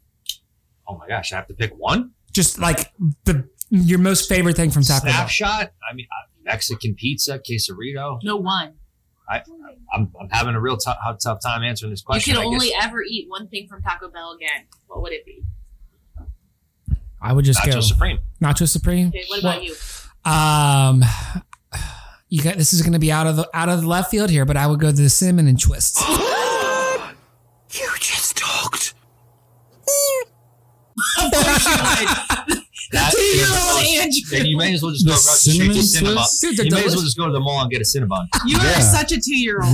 Speaker 4: oh my gosh, I have to pick one
Speaker 1: Just like the your most favorite thing from Taco Bell.
Speaker 4: snapshot. I mean, uh, Mexican pizza, quesarito.
Speaker 3: No one.
Speaker 4: I'm, I'm having a real tou- hou- tough time answering this
Speaker 3: you
Speaker 4: question.
Speaker 3: could
Speaker 4: I guess.
Speaker 3: only ever eat one thing from Taco Bell again. What would it be?
Speaker 1: I would just
Speaker 4: nacho
Speaker 1: go
Speaker 4: supreme.
Speaker 1: Nacho Supreme.
Speaker 3: Okay, what about you?
Speaker 1: Um, you got this is going to be out of the out of the left field here, but I would go to the cinnamon and
Speaker 4: [GASPS]
Speaker 1: twists.
Speaker 6: You just talked.
Speaker 3: [LAUGHS]
Speaker 4: That is the most- Then you may as well just go
Speaker 2: The
Speaker 4: across the street to
Speaker 2: cinnamon
Speaker 4: Cinnabon.
Speaker 2: Swiss?
Speaker 1: Dude, they're
Speaker 4: You may as
Speaker 1: delicious.
Speaker 4: well just go to the mall and get
Speaker 3: [LAUGHS]
Speaker 4: a Cinnabon.
Speaker 3: You
Speaker 2: Yeah.
Speaker 3: are such a two-year-old.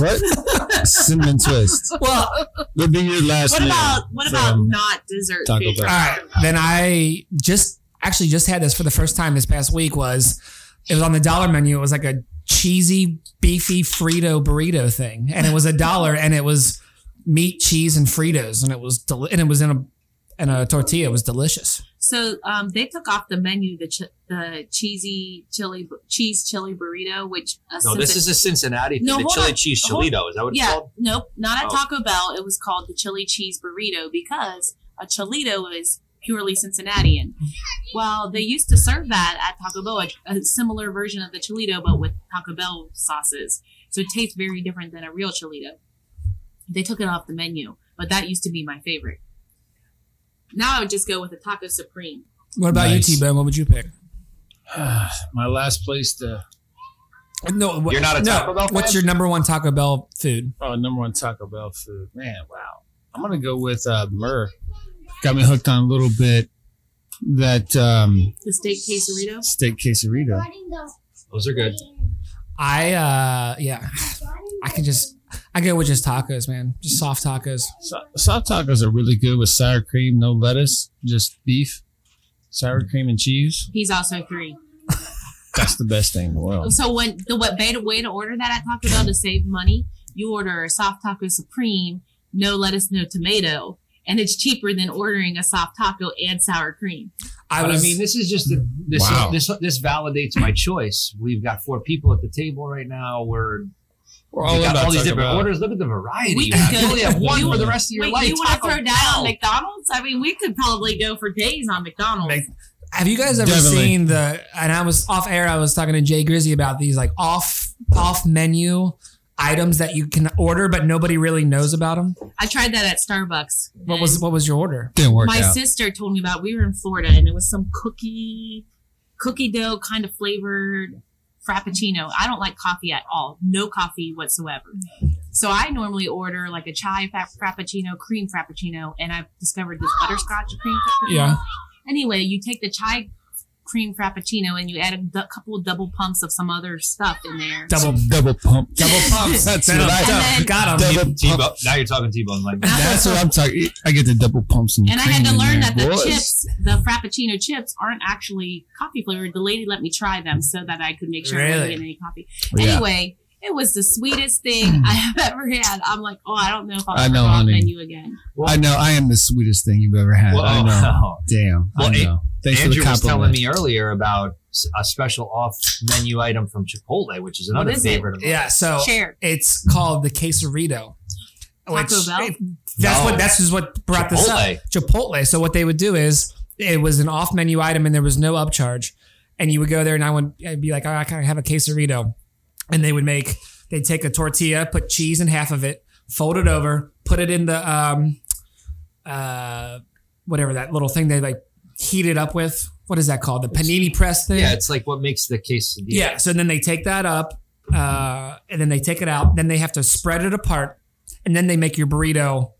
Speaker 1: [LAUGHS]
Speaker 3: What,
Speaker 2: What? Cinnamon twist.
Speaker 1: well, all
Speaker 2: Would be your last name.
Speaker 3: about what about
Speaker 2: from-
Speaker 3: not dessert?
Speaker 2: Taco
Speaker 3: food?
Speaker 2: Bell.
Speaker 1: right. Then I just actually just had this for the first time this past week. Was it was on the dollar menu? It was like a cheesy beefy Frito burrito thing, and it was a dollar, and it was meat, cheese, and Fritos, and it was deli- and it was in a and a tortilla. It was delicious.
Speaker 3: So um, they took off the menu the ch- the cheesy chili cheese chili burrito, which uh,
Speaker 4: No,
Speaker 3: since
Speaker 4: this
Speaker 3: it-
Speaker 4: is a Cincinnati thing.
Speaker 3: No,
Speaker 4: the
Speaker 3: hold
Speaker 4: chili
Speaker 3: on.
Speaker 4: cheese
Speaker 3: Hold-
Speaker 4: Cholito. Is that what it's
Speaker 3: yeah
Speaker 4: called?
Speaker 3: nope not at
Speaker 4: Oh.
Speaker 3: Taco Bell. It was called the chili cheese burrito because a cholito is purely Cincinnatian. Well, they used to serve that at Taco Bell, a, a similar version of the cholito, but with Taco Bell sauces. So it tastes very different than a real cholito. They took it off the menu, but that used to be my favorite. Now I would just go with a taco supreme.
Speaker 1: What about
Speaker 2: Nice.
Speaker 1: you, T Ben? What would you pick?
Speaker 2: [SIGHS] My last place to
Speaker 1: No, what-
Speaker 4: You're not a
Speaker 1: no.
Speaker 4: Taco Bell fan?
Speaker 1: What's your number one Taco Bell food?
Speaker 2: oh number one Taco Bell food. Man, wow. I'm gonna go with uh Myrrh. Got me hooked on a little bit that um
Speaker 3: The steak quesarito.
Speaker 2: steak quesarito.
Speaker 4: Those are good.
Speaker 1: I uh yeah, I can just I go with just tacos, man. Just soft tacos.
Speaker 2: So- soft tacos are really good with sour cream, no lettuce, just beef, sour cream and cheese.
Speaker 3: He's also three.
Speaker 2: That's the best thing in the world.
Speaker 3: So when the what beta way to order that at Taco Bell to save money, you order a soft taco supreme, no lettuce, no tomato, and it's cheaper than ordering a soft taco and sour cream.
Speaker 1: I
Speaker 4: but
Speaker 1: was
Speaker 4: I mean, this is just a, this,
Speaker 2: Wow.
Speaker 4: is, this this validates my choice. We've got four people at the table right now. We're
Speaker 2: We're
Speaker 4: we got
Speaker 2: about
Speaker 4: all these
Speaker 2: Taco
Speaker 4: different
Speaker 2: Bell.
Speaker 4: orders. Look at the variety.
Speaker 3: We
Speaker 4: you
Speaker 3: could
Speaker 4: have.
Speaker 3: go-
Speaker 4: You only have
Speaker 3: [LAUGHS]
Speaker 4: one
Speaker 3: you-
Speaker 4: for the rest of your
Speaker 3: Wait,
Speaker 4: life.
Speaker 3: you want to
Speaker 4: Taco
Speaker 3: throw down on
Speaker 4: Bell.
Speaker 3: McDonald's? I mean, we could probably go for days on McDonald's.
Speaker 1: Make- Have you guys ever
Speaker 2: Definitely.
Speaker 1: seen the? And I was off air. I was talking to Jay Grizzy about these like off off menu items that you can order, but nobody really knows about them.
Speaker 3: I tried that at Starbucks.
Speaker 1: What was what was your order?
Speaker 2: Didn't work
Speaker 3: my
Speaker 2: out.
Speaker 3: sister told me about. We were in Florida, and it was some cookie, cookie dough kind of flavored frappuccino. I don't like coffee at all, no coffee whatsoever. So I normally order like a chai fa- frappuccino, cream frappuccino, and I've discovered this butterscotch cream. Frappuccino.
Speaker 1: Yeah.
Speaker 3: Anyway, you take the chai cream frappuccino and you add a du- couple double pumps of some other stuff in there.
Speaker 1: Double
Speaker 2: double
Speaker 3: [LAUGHS]
Speaker 2: pump.
Speaker 1: double pumps.
Speaker 2: [LAUGHS] That's
Speaker 1: Double
Speaker 2: what I-
Speaker 1: pumps. Got them.
Speaker 2: Double pump.
Speaker 4: T-Bone. Now you're talking T-Bone
Speaker 2: [LAUGHS]
Speaker 4: like that.
Speaker 2: That's what I'm talking. I get the double pumps and
Speaker 3: And I had to
Speaker 2: cream in
Speaker 3: learn
Speaker 2: there,
Speaker 3: that the
Speaker 2: boys.
Speaker 3: chips, the Frappuccino chips, aren't actually coffee flavored. The lady let me try them so that I could make sure I wasn't
Speaker 1: Really?
Speaker 3: getting any coffee.
Speaker 2: Yeah. Hmm.
Speaker 3: Anyway, it was the sweetest thing [LAUGHS] I have ever had. I'm like, oh, I don't know if I'll
Speaker 2: I
Speaker 3: ever
Speaker 2: know,
Speaker 3: go on
Speaker 2: honey.
Speaker 3: menu again.
Speaker 2: I know. I am the sweetest thing you've ever had.
Speaker 4: Well,
Speaker 2: I
Speaker 4: oh, [LAUGHS]
Speaker 2: know.
Speaker 4: wow.
Speaker 2: Damn.
Speaker 4: Well,
Speaker 2: I
Speaker 4: An-
Speaker 2: know. Thanks for
Speaker 4: Andrew
Speaker 2: the
Speaker 4: was telling
Speaker 2: compliment.
Speaker 4: me earlier about s- a special off menu item from Chipotle, which is another
Speaker 3: What is it?
Speaker 4: favorite. Of mine.
Speaker 1: Yeah. So
Speaker 3: Share.
Speaker 1: it's called the quesarito. which-
Speaker 3: Taco Bell?
Speaker 1: That's
Speaker 4: No.
Speaker 1: what that's is what brought this up.
Speaker 4: Chipotle.
Speaker 1: Chipotle. So what they would do is it was an off menu item and there was no upcharge, and you would go there and I would I'd be like, oh, I kind of have a quesarito, and they would make they'd take a tortilla, put cheese in half of it, fold it over, put it in the um, uh, whatever that little thing they like heat it up with. What is that called? The panini press thing.
Speaker 4: Yeah, it's like what makes the quesadilla.
Speaker 1: Yeah. So then they take that up, uh, and then they take it out. Then they have to spread it apart, and then they make your burrito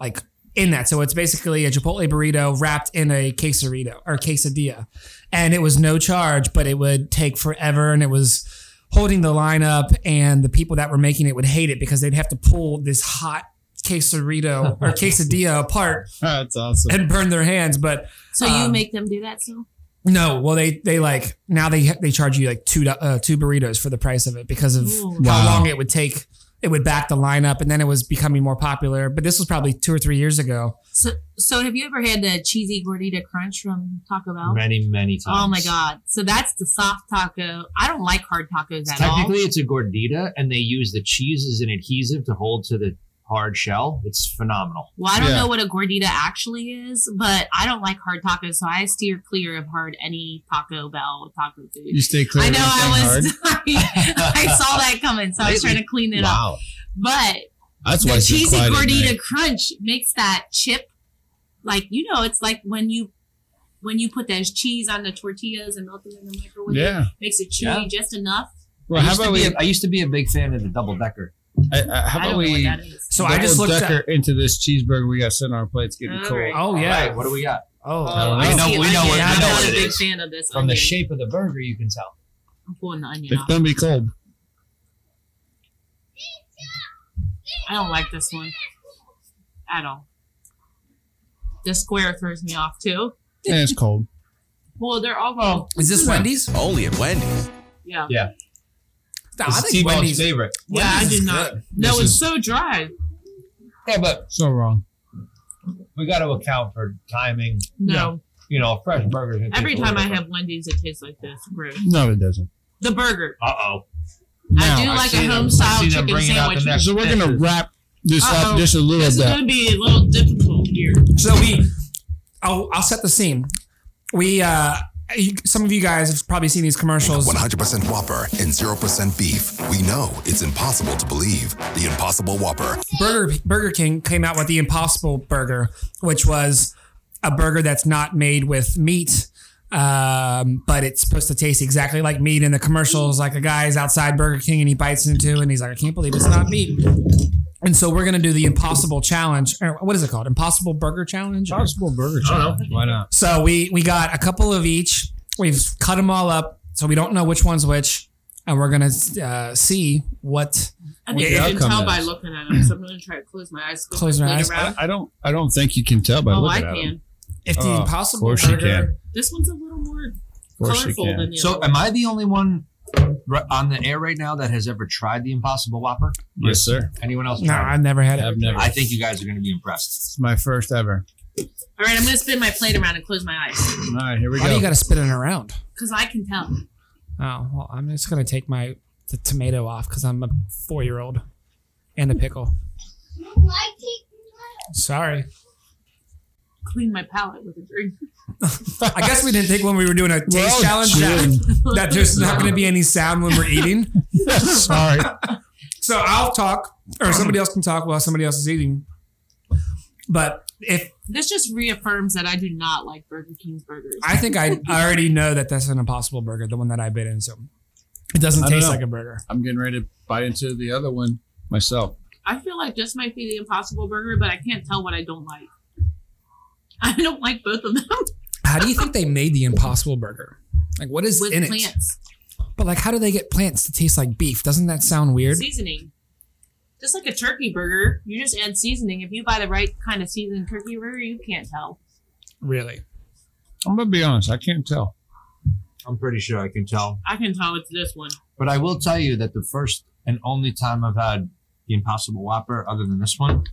Speaker 1: like in that. So it's basically a Chipotle burrito wrapped in a quesarito or quesadilla, and it was no charge, but it would take forever, and it was holding the line up, and the people that were making it would hate it because they'd have to pull this hot quesarito or quesadilla apart
Speaker 2: [LAUGHS] That's awesome.
Speaker 1: and burn their hands, but.
Speaker 3: So you
Speaker 1: Um,
Speaker 3: make them do that so?
Speaker 1: No, well they they like now they they charge you like two do- uh, two burritos for the price of it because of
Speaker 3: Ooh.
Speaker 1: how
Speaker 2: Wow.
Speaker 1: long it would take. It would back the lineup, and then it was becoming more popular. But this was probably two or three years ago.
Speaker 3: So, so have you ever had the cheesy gordita crunch from Taco Bell?
Speaker 4: many many times.
Speaker 3: Oh my god! So that's the soft taco. I don't like hard tacos at all.
Speaker 4: Technically, it's a gordita, and they use the cheese as an adhesive to hold to the hard shell. It's phenomenal.
Speaker 3: Well, I don't
Speaker 2: Yeah.
Speaker 3: know what a gordita actually is, but I don't like hard tacos, so I steer clear of hard any Taco Bell taco
Speaker 2: You
Speaker 3: food.
Speaker 2: stay clear.
Speaker 3: I
Speaker 2: of
Speaker 3: know I
Speaker 2: anything
Speaker 3: [LAUGHS] was. [LAUGHS] I, saw that coming, so I was
Speaker 4: Lately.
Speaker 3: trying to clean it
Speaker 2: hard.
Speaker 3: up.
Speaker 2: Wow.
Speaker 3: But
Speaker 2: That's why
Speaker 3: the
Speaker 2: it's been
Speaker 3: cheesy
Speaker 2: quiet at
Speaker 3: gordita
Speaker 2: night.
Speaker 3: crunch makes that chip like you know it's like when you when you put those cheese on the tortillas and melt them in the microwave.
Speaker 2: Yeah.
Speaker 3: makes it chewy
Speaker 4: Yeah.
Speaker 3: just enough.
Speaker 2: Well,
Speaker 4: I,
Speaker 2: how
Speaker 4: used
Speaker 2: about
Speaker 4: to be
Speaker 2: we?
Speaker 4: a- I used to be a big fan of the double decker.
Speaker 2: I- I- how
Speaker 3: I
Speaker 2: about
Speaker 3: don't know what
Speaker 2: we?
Speaker 3: that is.
Speaker 1: So I just
Speaker 2: double
Speaker 1: looked.
Speaker 2: decker
Speaker 1: At,
Speaker 2: into this cheeseburger we got sitting on our plates getting
Speaker 3: All
Speaker 2: cold.
Speaker 3: right.
Speaker 1: oh
Speaker 4: All
Speaker 1: yeah.
Speaker 4: right, what do we got?
Speaker 1: oh,
Speaker 2: I don't
Speaker 3: I
Speaker 2: know.
Speaker 3: see
Speaker 4: We know- we
Speaker 3: onion.
Speaker 4: know what- we
Speaker 3: I'm
Speaker 4: know
Speaker 3: not
Speaker 4: what
Speaker 3: a
Speaker 4: it
Speaker 3: big
Speaker 4: is.
Speaker 3: fan of this.
Speaker 4: From the
Speaker 3: onion.
Speaker 4: shape of the burger, you can tell.
Speaker 3: I'm pulling the onion
Speaker 2: It's
Speaker 3: off.
Speaker 2: gonna be cold.
Speaker 3: I don't like this one at all. The square throws me off too.
Speaker 2: And it's cold.
Speaker 3: Well, they're all well,
Speaker 1: is this Wendy's?
Speaker 6: [LAUGHS] Only at Wendy's.
Speaker 3: yeah.
Speaker 4: Yeah,
Speaker 1: Nah, I
Speaker 4: it's
Speaker 1: think
Speaker 4: T-Bone's
Speaker 1: Wendy's.
Speaker 4: favorite.
Speaker 3: Yeah, I
Speaker 1: Wendy's
Speaker 3: did
Speaker 1: is
Speaker 3: not.
Speaker 1: good.
Speaker 3: No,
Speaker 2: This
Speaker 3: it's
Speaker 2: is-
Speaker 3: so dry.
Speaker 4: Yeah, but
Speaker 2: So wrong.
Speaker 9: we got to account for timing.
Speaker 3: No.
Speaker 9: You know, fresh burgers. and
Speaker 3: Every
Speaker 9: things
Speaker 3: time I
Speaker 9: like that.
Speaker 3: have Wendy's, it tastes like this. Gross.
Speaker 2: No, it doesn't.
Speaker 3: The burger.
Speaker 4: Uh oh.
Speaker 3: I do
Speaker 9: I
Speaker 3: like
Speaker 9: see
Speaker 3: a
Speaker 9: them-
Speaker 3: home
Speaker 9: I
Speaker 3: style
Speaker 9: see them
Speaker 3: chicken
Speaker 9: bringing out the
Speaker 3: sandwich.
Speaker 9: next-
Speaker 2: So we're gonna wrap this
Speaker 3: Uh-oh.
Speaker 2: up just a little
Speaker 3: This is
Speaker 2: bit.
Speaker 3: going to be a little difficult here.
Speaker 1: So we, I'll, I'll set the scene. We, uh, you, some of you guys have probably seen these commercials.
Speaker 7: 100% Whopper and 0% beef. We know it's impossible to believe. The Impossible Whopper.
Speaker 1: Burger Burger King came out with the Impossible Burger, which was a burger that's not made with meat, um, but it's supposed to taste exactly like meat. In the commercials, like a guy's outside Burger King and he bites into, and he's like, "I can't believe it's not meat." And so we're gonna do the Impossible Challenge. Or what is it called? Impossible Burger Challenge.
Speaker 2: Impossible burger.
Speaker 9: I don't know. Why not?
Speaker 1: So we we got a couple of each. We've cut them all up, so we don't know which one's which, and we're gonna uh, see what.
Speaker 3: I think
Speaker 1: Yeah,
Speaker 3: you can
Speaker 2: outcome
Speaker 3: tell by
Speaker 2: is-
Speaker 3: looking at them. So I'm going to try to close my eyes.
Speaker 1: Close your
Speaker 3: look
Speaker 1: eyes.
Speaker 3: around.
Speaker 2: I, I don't. I don't think you can tell by
Speaker 3: Oh, I
Speaker 2: looking at
Speaker 3: can.
Speaker 2: it.
Speaker 1: If the
Speaker 2: Oh, of
Speaker 1: Impossible
Speaker 2: course you
Speaker 1: Burger.
Speaker 3: This one's a little more
Speaker 2: Of course you
Speaker 3: colorful
Speaker 2: can.
Speaker 3: than the
Speaker 4: So,
Speaker 3: other.
Speaker 4: am I the only one ri- on the air right now that has ever tried the Impossible Whopper?
Speaker 2: Yes, sir.
Speaker 4: Anyone else?
Speaker 1: No,
Speaker 4: tried
Speaker 1: I've never had it.
Speaker 2: I've never.
Speaker 4: it? I think you guys are going to be impressed.
Speaker 2: It's my first ever.
Speaker 3: All right, I'm going to spin my plate around and close my eyes
Speaker 2: All right, here we
Speaker 1: Why do
Speaker 2: go.
Speaker 1: you got to spin it around?
Speaker 3: because I can tell.
Speaker 1: Oh well, I'm just gonna take my the tomato off because I'm a four year old and a pickle. Sorry,
Speaker 3: Clean my palate with a drink.
Speaker 1: I guess we didn't think when we were doing a
Speaker 2: We're
Speaker 1: taste
Speaker 2: all
Speaker 1: challenge
Speaker 2: chewing.
Speaker 1: [LAUGHS] that, that there's not gonna be any sound when we're eating.
Speaker 2: [LAUGHS] Sorry.
Speaker 1: So I'll talk, or somebody else can talk while somebody else is eating. But if
Speaker 3: This just reaffirms that I do not like Burger King's burgers.
Speaker 1: I think I I already know that that's an impossible burger, the one that I bit in, so it doesn't
Speaker 2: I don't
Speaker 1: taste
Speaker 2: know.
Speaker 1: like a burger.
Speaker 2: I'm getting ready to bite into the other one myself.
Speaker 3: I feel like this might be the impossible burger, but I can't tell what I don't like. [LAUGHS] I don't like both of them
Speaker 1: How do you think they made the impossible burger? Like what is
Speaker 3: with
Speaker 1: in it?
Speaker 3: plants.
Speaker 1: But like, how do they get plants to taste like beef? Doesn't that sound weird?
Speaker 3: Seasoning. Just like a turkey burger, you just add seasoning. If you buy the right kind of seasoned turkey burger, you can't tell.
Speaker 1: Really?
Speaker 2: I'm gonna be honest. I can't tell.
Speaker 4: I'm pretty sure I can tell.
Speaker 3: I can tell it's this one.
Speaker 4: But I will tell you that the first and only time I've had the Impossible Whopper, other than this one,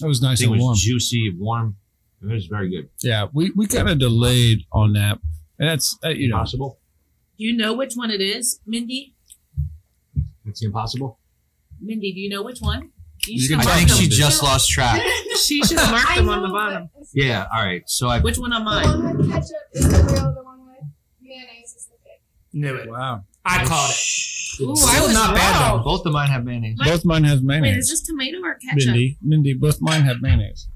Speaker 2: That was nice
Speaker 4: it
Speaker 2: and
Speaker 4: was
Speaker 2: warm.
Speaker 4: juicy, warm. It was very good.
Speaker 2: yeah, we we kind of delayed on that, and that's uh, you know
Speaker 4: Impossible.
Speaker 3: Do you know which one it is, Mindy?
Speaker 4: It's the Impossible.
Speaker 3: Mindy, do you know which one? You
Speaker 2: You
Speaker 3: should
Speaker 2: can
Speaker 3: mark
Speaker 4: I think
Speaker 3: them.
Speaker 4: she just lost track.
Speaker 3: [LAUGHS] She should mark them on the bottom.
Speaker 4: Yeah. All right. So I.
Speaker 3: Which one am I?
Speaker 1: Knew it.
Speaker 2: wow.
Speaker 1: I called it.
Speaker 3: Ooh,
Speaker 1: Still
Speaker 3: I was
Speaker 1: not bad,
Speaker 3: wrong.
Speaker 4: Both of mine have mayonnaise.
Speaker 2: Both mine have
Speaker 3: Wait, is
Speaker 2: mayonnaise.
Speaker 3: this tomato or ketchup?
Speaker 2: Mindy, Mindy, both mine have mayonnaise.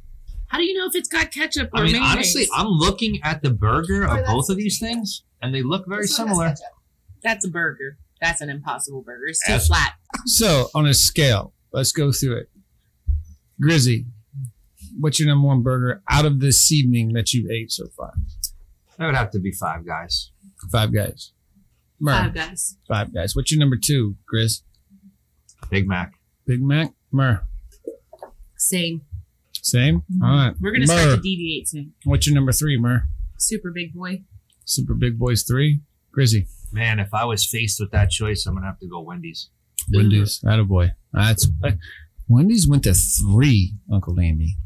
Speaker 3: How do you know if it's got ketchup or
Speaker 4: I mean,
Speaker 3: mayonnaise?
Speaker 4: honestly, I'm looking at the burger
Speaker 10: Oh,
Speaker 4: of
Speaker 10: that's
Speaker 4: both of
Speaker 10: the
Speaker 4: these
Speaker 10: thing.
Speaker 4: things, and they look very similar.
Speaker 3: That's a burger. That's an impossible burger. It's too
Speaker 4: That's-
Speaker 3: flat.
Speaker 2: So on a scale, let's go through it. Grizzy, what's your number one burger out of this evening that you've ate so far?
Speaker 4: That would have to be five guys.
Speaker 2: Five guys. Murr, five.
Speaker 3: Five guys.
Speaker 2: guys. What's your number two, Grizz?
Speaker 4: Big Mac.
Speaker 2: Big Mac? Murr.
Speaker 3: Same.
Speaker 2: Same? All right.
Speaker 3: Mm-hmm. We're gonna
Speaker 2: Murr,
Speaker 3: start to deviate soon.
Speaker 2: what's your number three, Murr?
Speaker 3: Super big boy.
Speaker 2: Super Big Boys three. Grizzy.
Speaker 4: Man, if I was faced with that choice, I'm gonna have to go Wendy's.
Speaker 2: Wendy's. Attaboy. That's Wendy's went to three, Uncle Landy.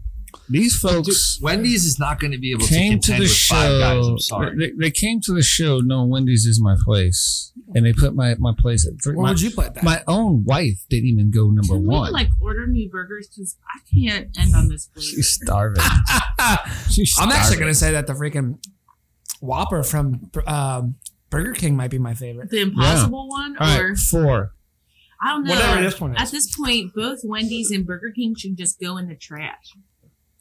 Speaker 2: These folks
Speaker 4: Wendy's is not going to be able to
Speaker 2: came to
Speaker 4: contend
Speaker 2: the
Speaker 4: with five guys.
Speaker 2: show.
Speaker 4: I'm sorry.
Speaker 2: They, they came to the show knowing Wendy's is my place, and they put my, my place at three.
Speaker 1: Where
Speaker 2: My,
Speaker 1: would you put that?
Speaker 2: my own wife didn't even go number
Speaker 3: Can
Speaker 2: one.
Speaker 3: we like order new burgers? Because I can't end on this plate.
Speaker 2: She's
Speaker 3: [LAUGHS]
Speaker 2: starving. She's
Speaker 1: Ah, I'm actually
Speaker 2: starving.
Speaker 1: gonna say that the freaking Whopper from um, Burger King might be my favorite.
Speaker 3: The impossible one,
Speaker 2: All
Speaker 3: or
Speaker 2: right, four.
Speaker 3: I don't know.
Speaker 1: Whatever this one
Speaker 3: At
Speaker 1: is.
Speaker 3: this point, both Wendy's and Burger King should just go in the trash.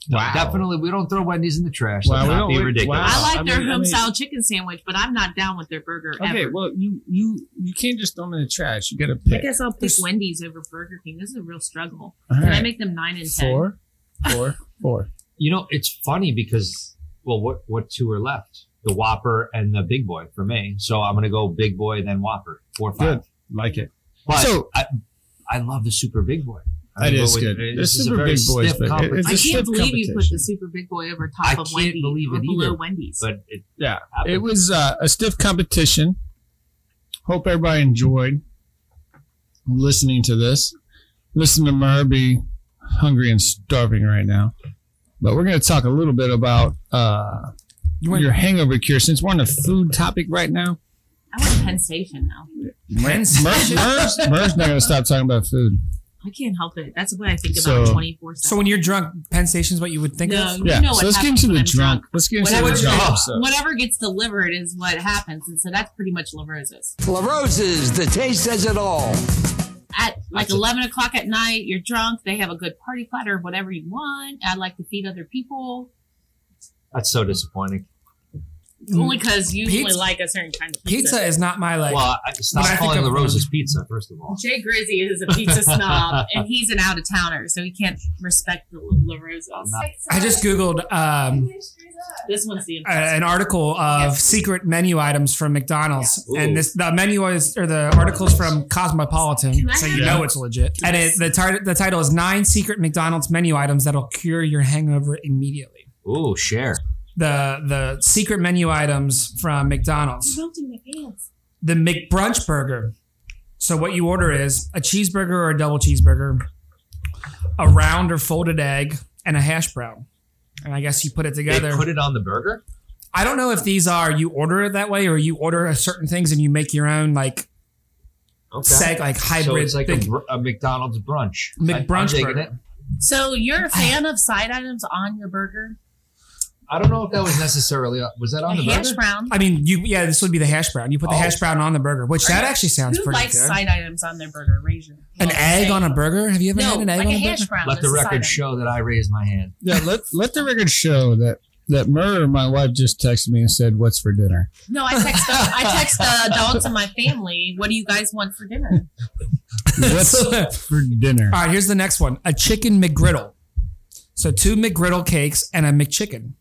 Speaker 4: No,
Speaker 2: Wow.
Speaker 4: Definitely, we don't throw Wendy's in the trash.
Speaker 2: Wow,
Speaker 4: Let's
Speaker 2: we
Speaker 4: not
Speaker 2: don't-
Speaker 4: be
Speaker 2: we-
Speaker 4: ridiculous.
Speaker 2: wow.
Speaker 3: I like
Speaker 2: I
Speaker 3: their
Speaker 2: mean- I
Speaker 3: home
Speaker 2: mean-
Speaker 3: style chicken sandwich, but I'm not down with their burger
Speaker 2: Okay,
Speaker 3: ever.
Speaker 2: well you you you can't just throw them in the trash. You got to
Speaker 3: I
Speaker 2: pick.
Speaker 3: guess I'll pick Wendy's over Burger King. This is a real struggle.
Speaker 2: All
Speaker 3: Can I
Speaker 2: right,
Speaker 3: make them nine and ten?
Speaker 2: four,
Speaker 3: [LAUGHS]
Speaker 2: four, four.
Speaker 4: You know, it's funny because well, what what two are left? The Whopper and the Big Boy for me. So I'm gonna go Big Boy then Whopper. Four five.
Speaker 2: Good, like it.
Speaker 4: But
Speaker 2: So-
Speaker 4: I, I love the Super Big Boy.
Speaker 2: That
Speaker 4: mean,
Speaker 2: is
Speaker 4: but
Speaker 2: good.
Speaker 4: with-
Speaker 2: The
Speaker 4: This is a
Speaker 2: Super
Speaker 4: very
Speaker 2: Big Boy's
Speaker 4: stiff
Speaker 2: big.
Speaker 4: competi-
Speaker 2: It's
Speaker 3: I
Speaker 2: a
Speaker 3: can't
Speaker 2: stiff
Speaker 3: believe you put
Speaker 2: competition.
Speaker 3: the super big boy over top
Speaker 4: I
Speaker 3: of
Speaker 4: can't
Speaker 3: Wendy's
Speaker 4: believe
Speaker 3: or
Speaker 4: it
Speaker 3: below
Speaker 4: either.
Speaker 3: Wendy's.
Speaker 4: But it,
Speaker 2: Yeah,
Speaker 4: happened.
Speaker 2: it was uh, a stiff competition. Hope everybody enjoyed listening to this. Listen to Murr be hungry and starving right now. But we're going to talk a little bit about uh,
Speaker 1: You went
Speaker 2: your hangover cure since we're on a food topic right now.
Speaker 3: I went to Penn Station now.
Speaker 2: Merv's,
Speaker 3: [LAUGHS]
Speaker 2: Merv's, Merv's not going to stop talking about food.
Speaker 3: I can't help it. That's what I think
Speaker 2: So-
Speaker 3: about twenty four
Speaker 1: So
Speaker 3: seven.
Speaker 1: when you're drunk, Penn Station's what you would think
Speaker 3: No,
Speaker 1: of.
Speaker 2: Yeah.
Speaker 3: you know
Speaker 2: so
Speaker 3: what
Speaker 2: let's get
Speaker 3: happens
Speaker 2: into
Speaker 3: when
Speaker 2: the
Speaker 3: I'm
Speaker 2: drunk.
Speaker 3: drunk.
Speaker 2: Let's get into
Speaker 1: Whatever
Speaker 2: the
Speaker 1: drunk.
Speaker 2: drunk. stuff.
Speaker 3: Whatever gets delivered is what happens, and so that's pretty much Lavrosa's.
Speaker 6: La Rose's, the taste says it all.
Speaker 3: At like
Speaker 4: That's it.
Speaker 3: eleven o'clock at night, you're drunk. They have a good party platter of whatever you want. I like to feed other people
Speaker 4: That's so disappointing.
Speaker 3: only because you only
Speaker 1: Pizza-
Speaker 3: like a certain kind of pizza.
Speaker 1: Pizza is not my like.
Speaker 4: well, I, stop
Speaker 1: When I think
Speaker 4: calling
Speaker 1: of-
Speaker 4: the roses pizza, first of all.
Speaker 3: Jay Grizzy is a pizza snob, and he's an out of towner, so he can't respect the La Rosa's.
Speaker 1: I just googled um,
Speaker 3: This one's the
Speaker 1: a- an article of secret menu items from McDonald's, and this the menu is or the article is from Cosmopolitan,
Speaker 3: Can I
Speaker 1: so you
Speaker 3: have-
Speaker 1: know it's legit. And it, the tar- the title is nine secret McDonald's menu items that'll cure your hangover immediately.
Speaker 4: Ooh, share.
Speaker 1: The the secret menu items from McDonald's.
Speaker 3: melting my pants.
Speaker 1: the McBrunch burger. So what you order is a cheeseburger or a double cheeseburger, a round or folded egg, and a hash brown. And I guess you put it together.
Speaker 4: They put it on the burger?
Speaker 1: I don't know if these are you order it that way or you order a certain things and you make your own like
Speaker 4: Okay.
Speaker 1: seg like
Speaker 4: so
Speaker 1: hybrid
Speaker 4: it's like a,
Speaker 1: thing.
Speaker 4: br- a McDonald's brunch. I, I'm
Speaker 1: McBrunch
Speaker 4: digging
Speaker 1: burger.
Speaker 4: it.
Speaker 3: So
Speaker 1: [SIGHS]
Speaker 3: you're a fan of side items on your burger?
Speaker 4: I don't know if that was necessarily uh, was that on
Speaker 3: a
Speaker 4: the
Speaker 3: hash
Speaker 4: burger.
Speaker 3: brown.
Speaker 1: I mean, you yeah, this would be the hash brown. You put the
Speaker 4: Oh.
Speaker 1: hash brown on the burger, which that actually sounds
Speaker 3: Who
Speaker 1: pretty
Speaker 3: likes
Speaker 1: good.
Speaker 3: side items on their burger? Raise your
Speaker 1: an egg on a burger? Have you ever
Speaker 3: no,
Speaker 1: had an egg
Speaker 3: like
Speaker 1: on
Speaker 3: a
Speaker 1: a
Speaker 3: hash
Speaker 1: burger?
Speaker 3: brown.
Speaker 4: Let
Speaker 3: is a
Speaker 4: the
Speaker 3: side
Speaker 4: record
Speaker 3: item.
Speaker 4: show that I raised my hand.
Speaker 2: Yeah, let let the record show that that Merv, my wife, just texted me and said, "What's for dinner?"
Speaker 3: No, I text the, I
Speaker 1: [LAUGHS]
Speaker 3: text the dogs in my family. What do you guys want for dinner?
Speaker 2: What's
Speaker 1: So-
Speaker 2: for dinner?
Speaker 1: [LAUGHS]
Speaker 4: Uh,
Speaker 1: All right, here's the next one: a chicken McGriddle. So two McGriddle cakes and a McChicken.